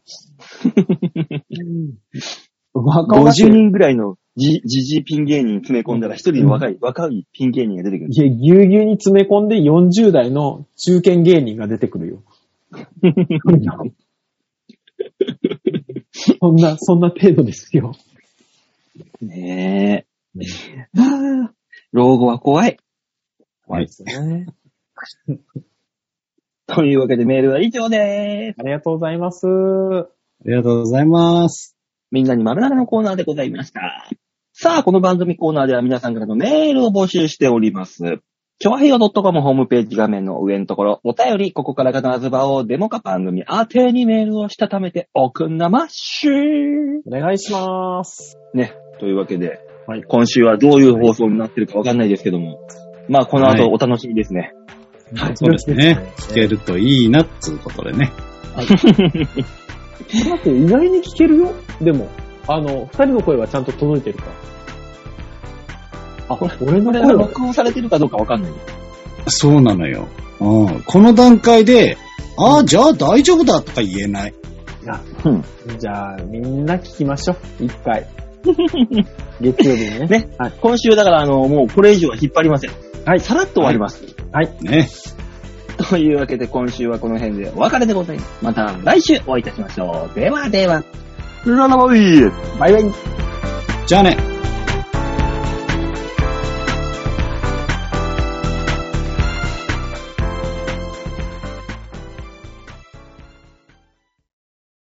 Speaker 2: 若々しい
Speaker 1: 50人ぐらいのじ、じじいピン芸人詰め込んだら、一人の若い、若いピン芸人が出てくる。
Speaker 2: いや、ぎゅうぎゅうに詰め込んで40代の中堅芸人が出てくる よ。そんな、そんな程度ですよ。
Speaker 1: ねえ。はあ老後は怖い。
Speaker 3: はい。
Speaker 2: ね、
Speaker 1: というわけでメールは以上でーす。
Speaker 2: ありがとうございます。
Speaker 3: ありがとうございます。
Speaker 1: みんなに丸投げのコーナーでございました。さあ、この番組コーナーでは皆さんからのメールを募集しております。ちょあへよ .com ホームページ画面の上のところ、お便り、ここから必ず場をデモか番組宛てにメールをしたためておくんなまっしゅ
Speaker 2: お願いします。
Speaker 1: ーね。というわけで、
Speaker 2: はい
Speaker 1: 今週はどういう放送になってるかわかんないですけども、まあ、この後
Speaker 3: はい
Speaker 1: お楽しみですね。
Speaker 2: はい、
Speaker 3: そうですね。聞けるといいな、っつうことでね。
Speaker 2: だって意外に聞けるよ。でも、あの、二人の声はちゃんと届いてるか。あ、俺の
Speaker 1: これ、
Speaker 2: 声は。
Speaker 1: 録音されてるかどうかわかんない。
Speaker 3: そうなのよ。うん。この段階で、ああ、じゃあ大丈夫だとか言えない。
Speaker 1: うん。
Speaker 2: じゃあ、みんな聞きましょう。一 回。月曜日にね。
Speaker 1: ね
Speaker 2: はい。
Speaker 1: 今週だから、あの、もうこれ以上は引っ張りません。
Speaker 2: はい
Speaker 1: さらっと終わります。
Speaker 3: ね。
Speaker 1: というわけで今週はこの辺でお別れでございます。また来週お会いいたしましょう。ではでは、ララバイ
Speaker 2: バイバイ。
Speaker 3: じゃあね。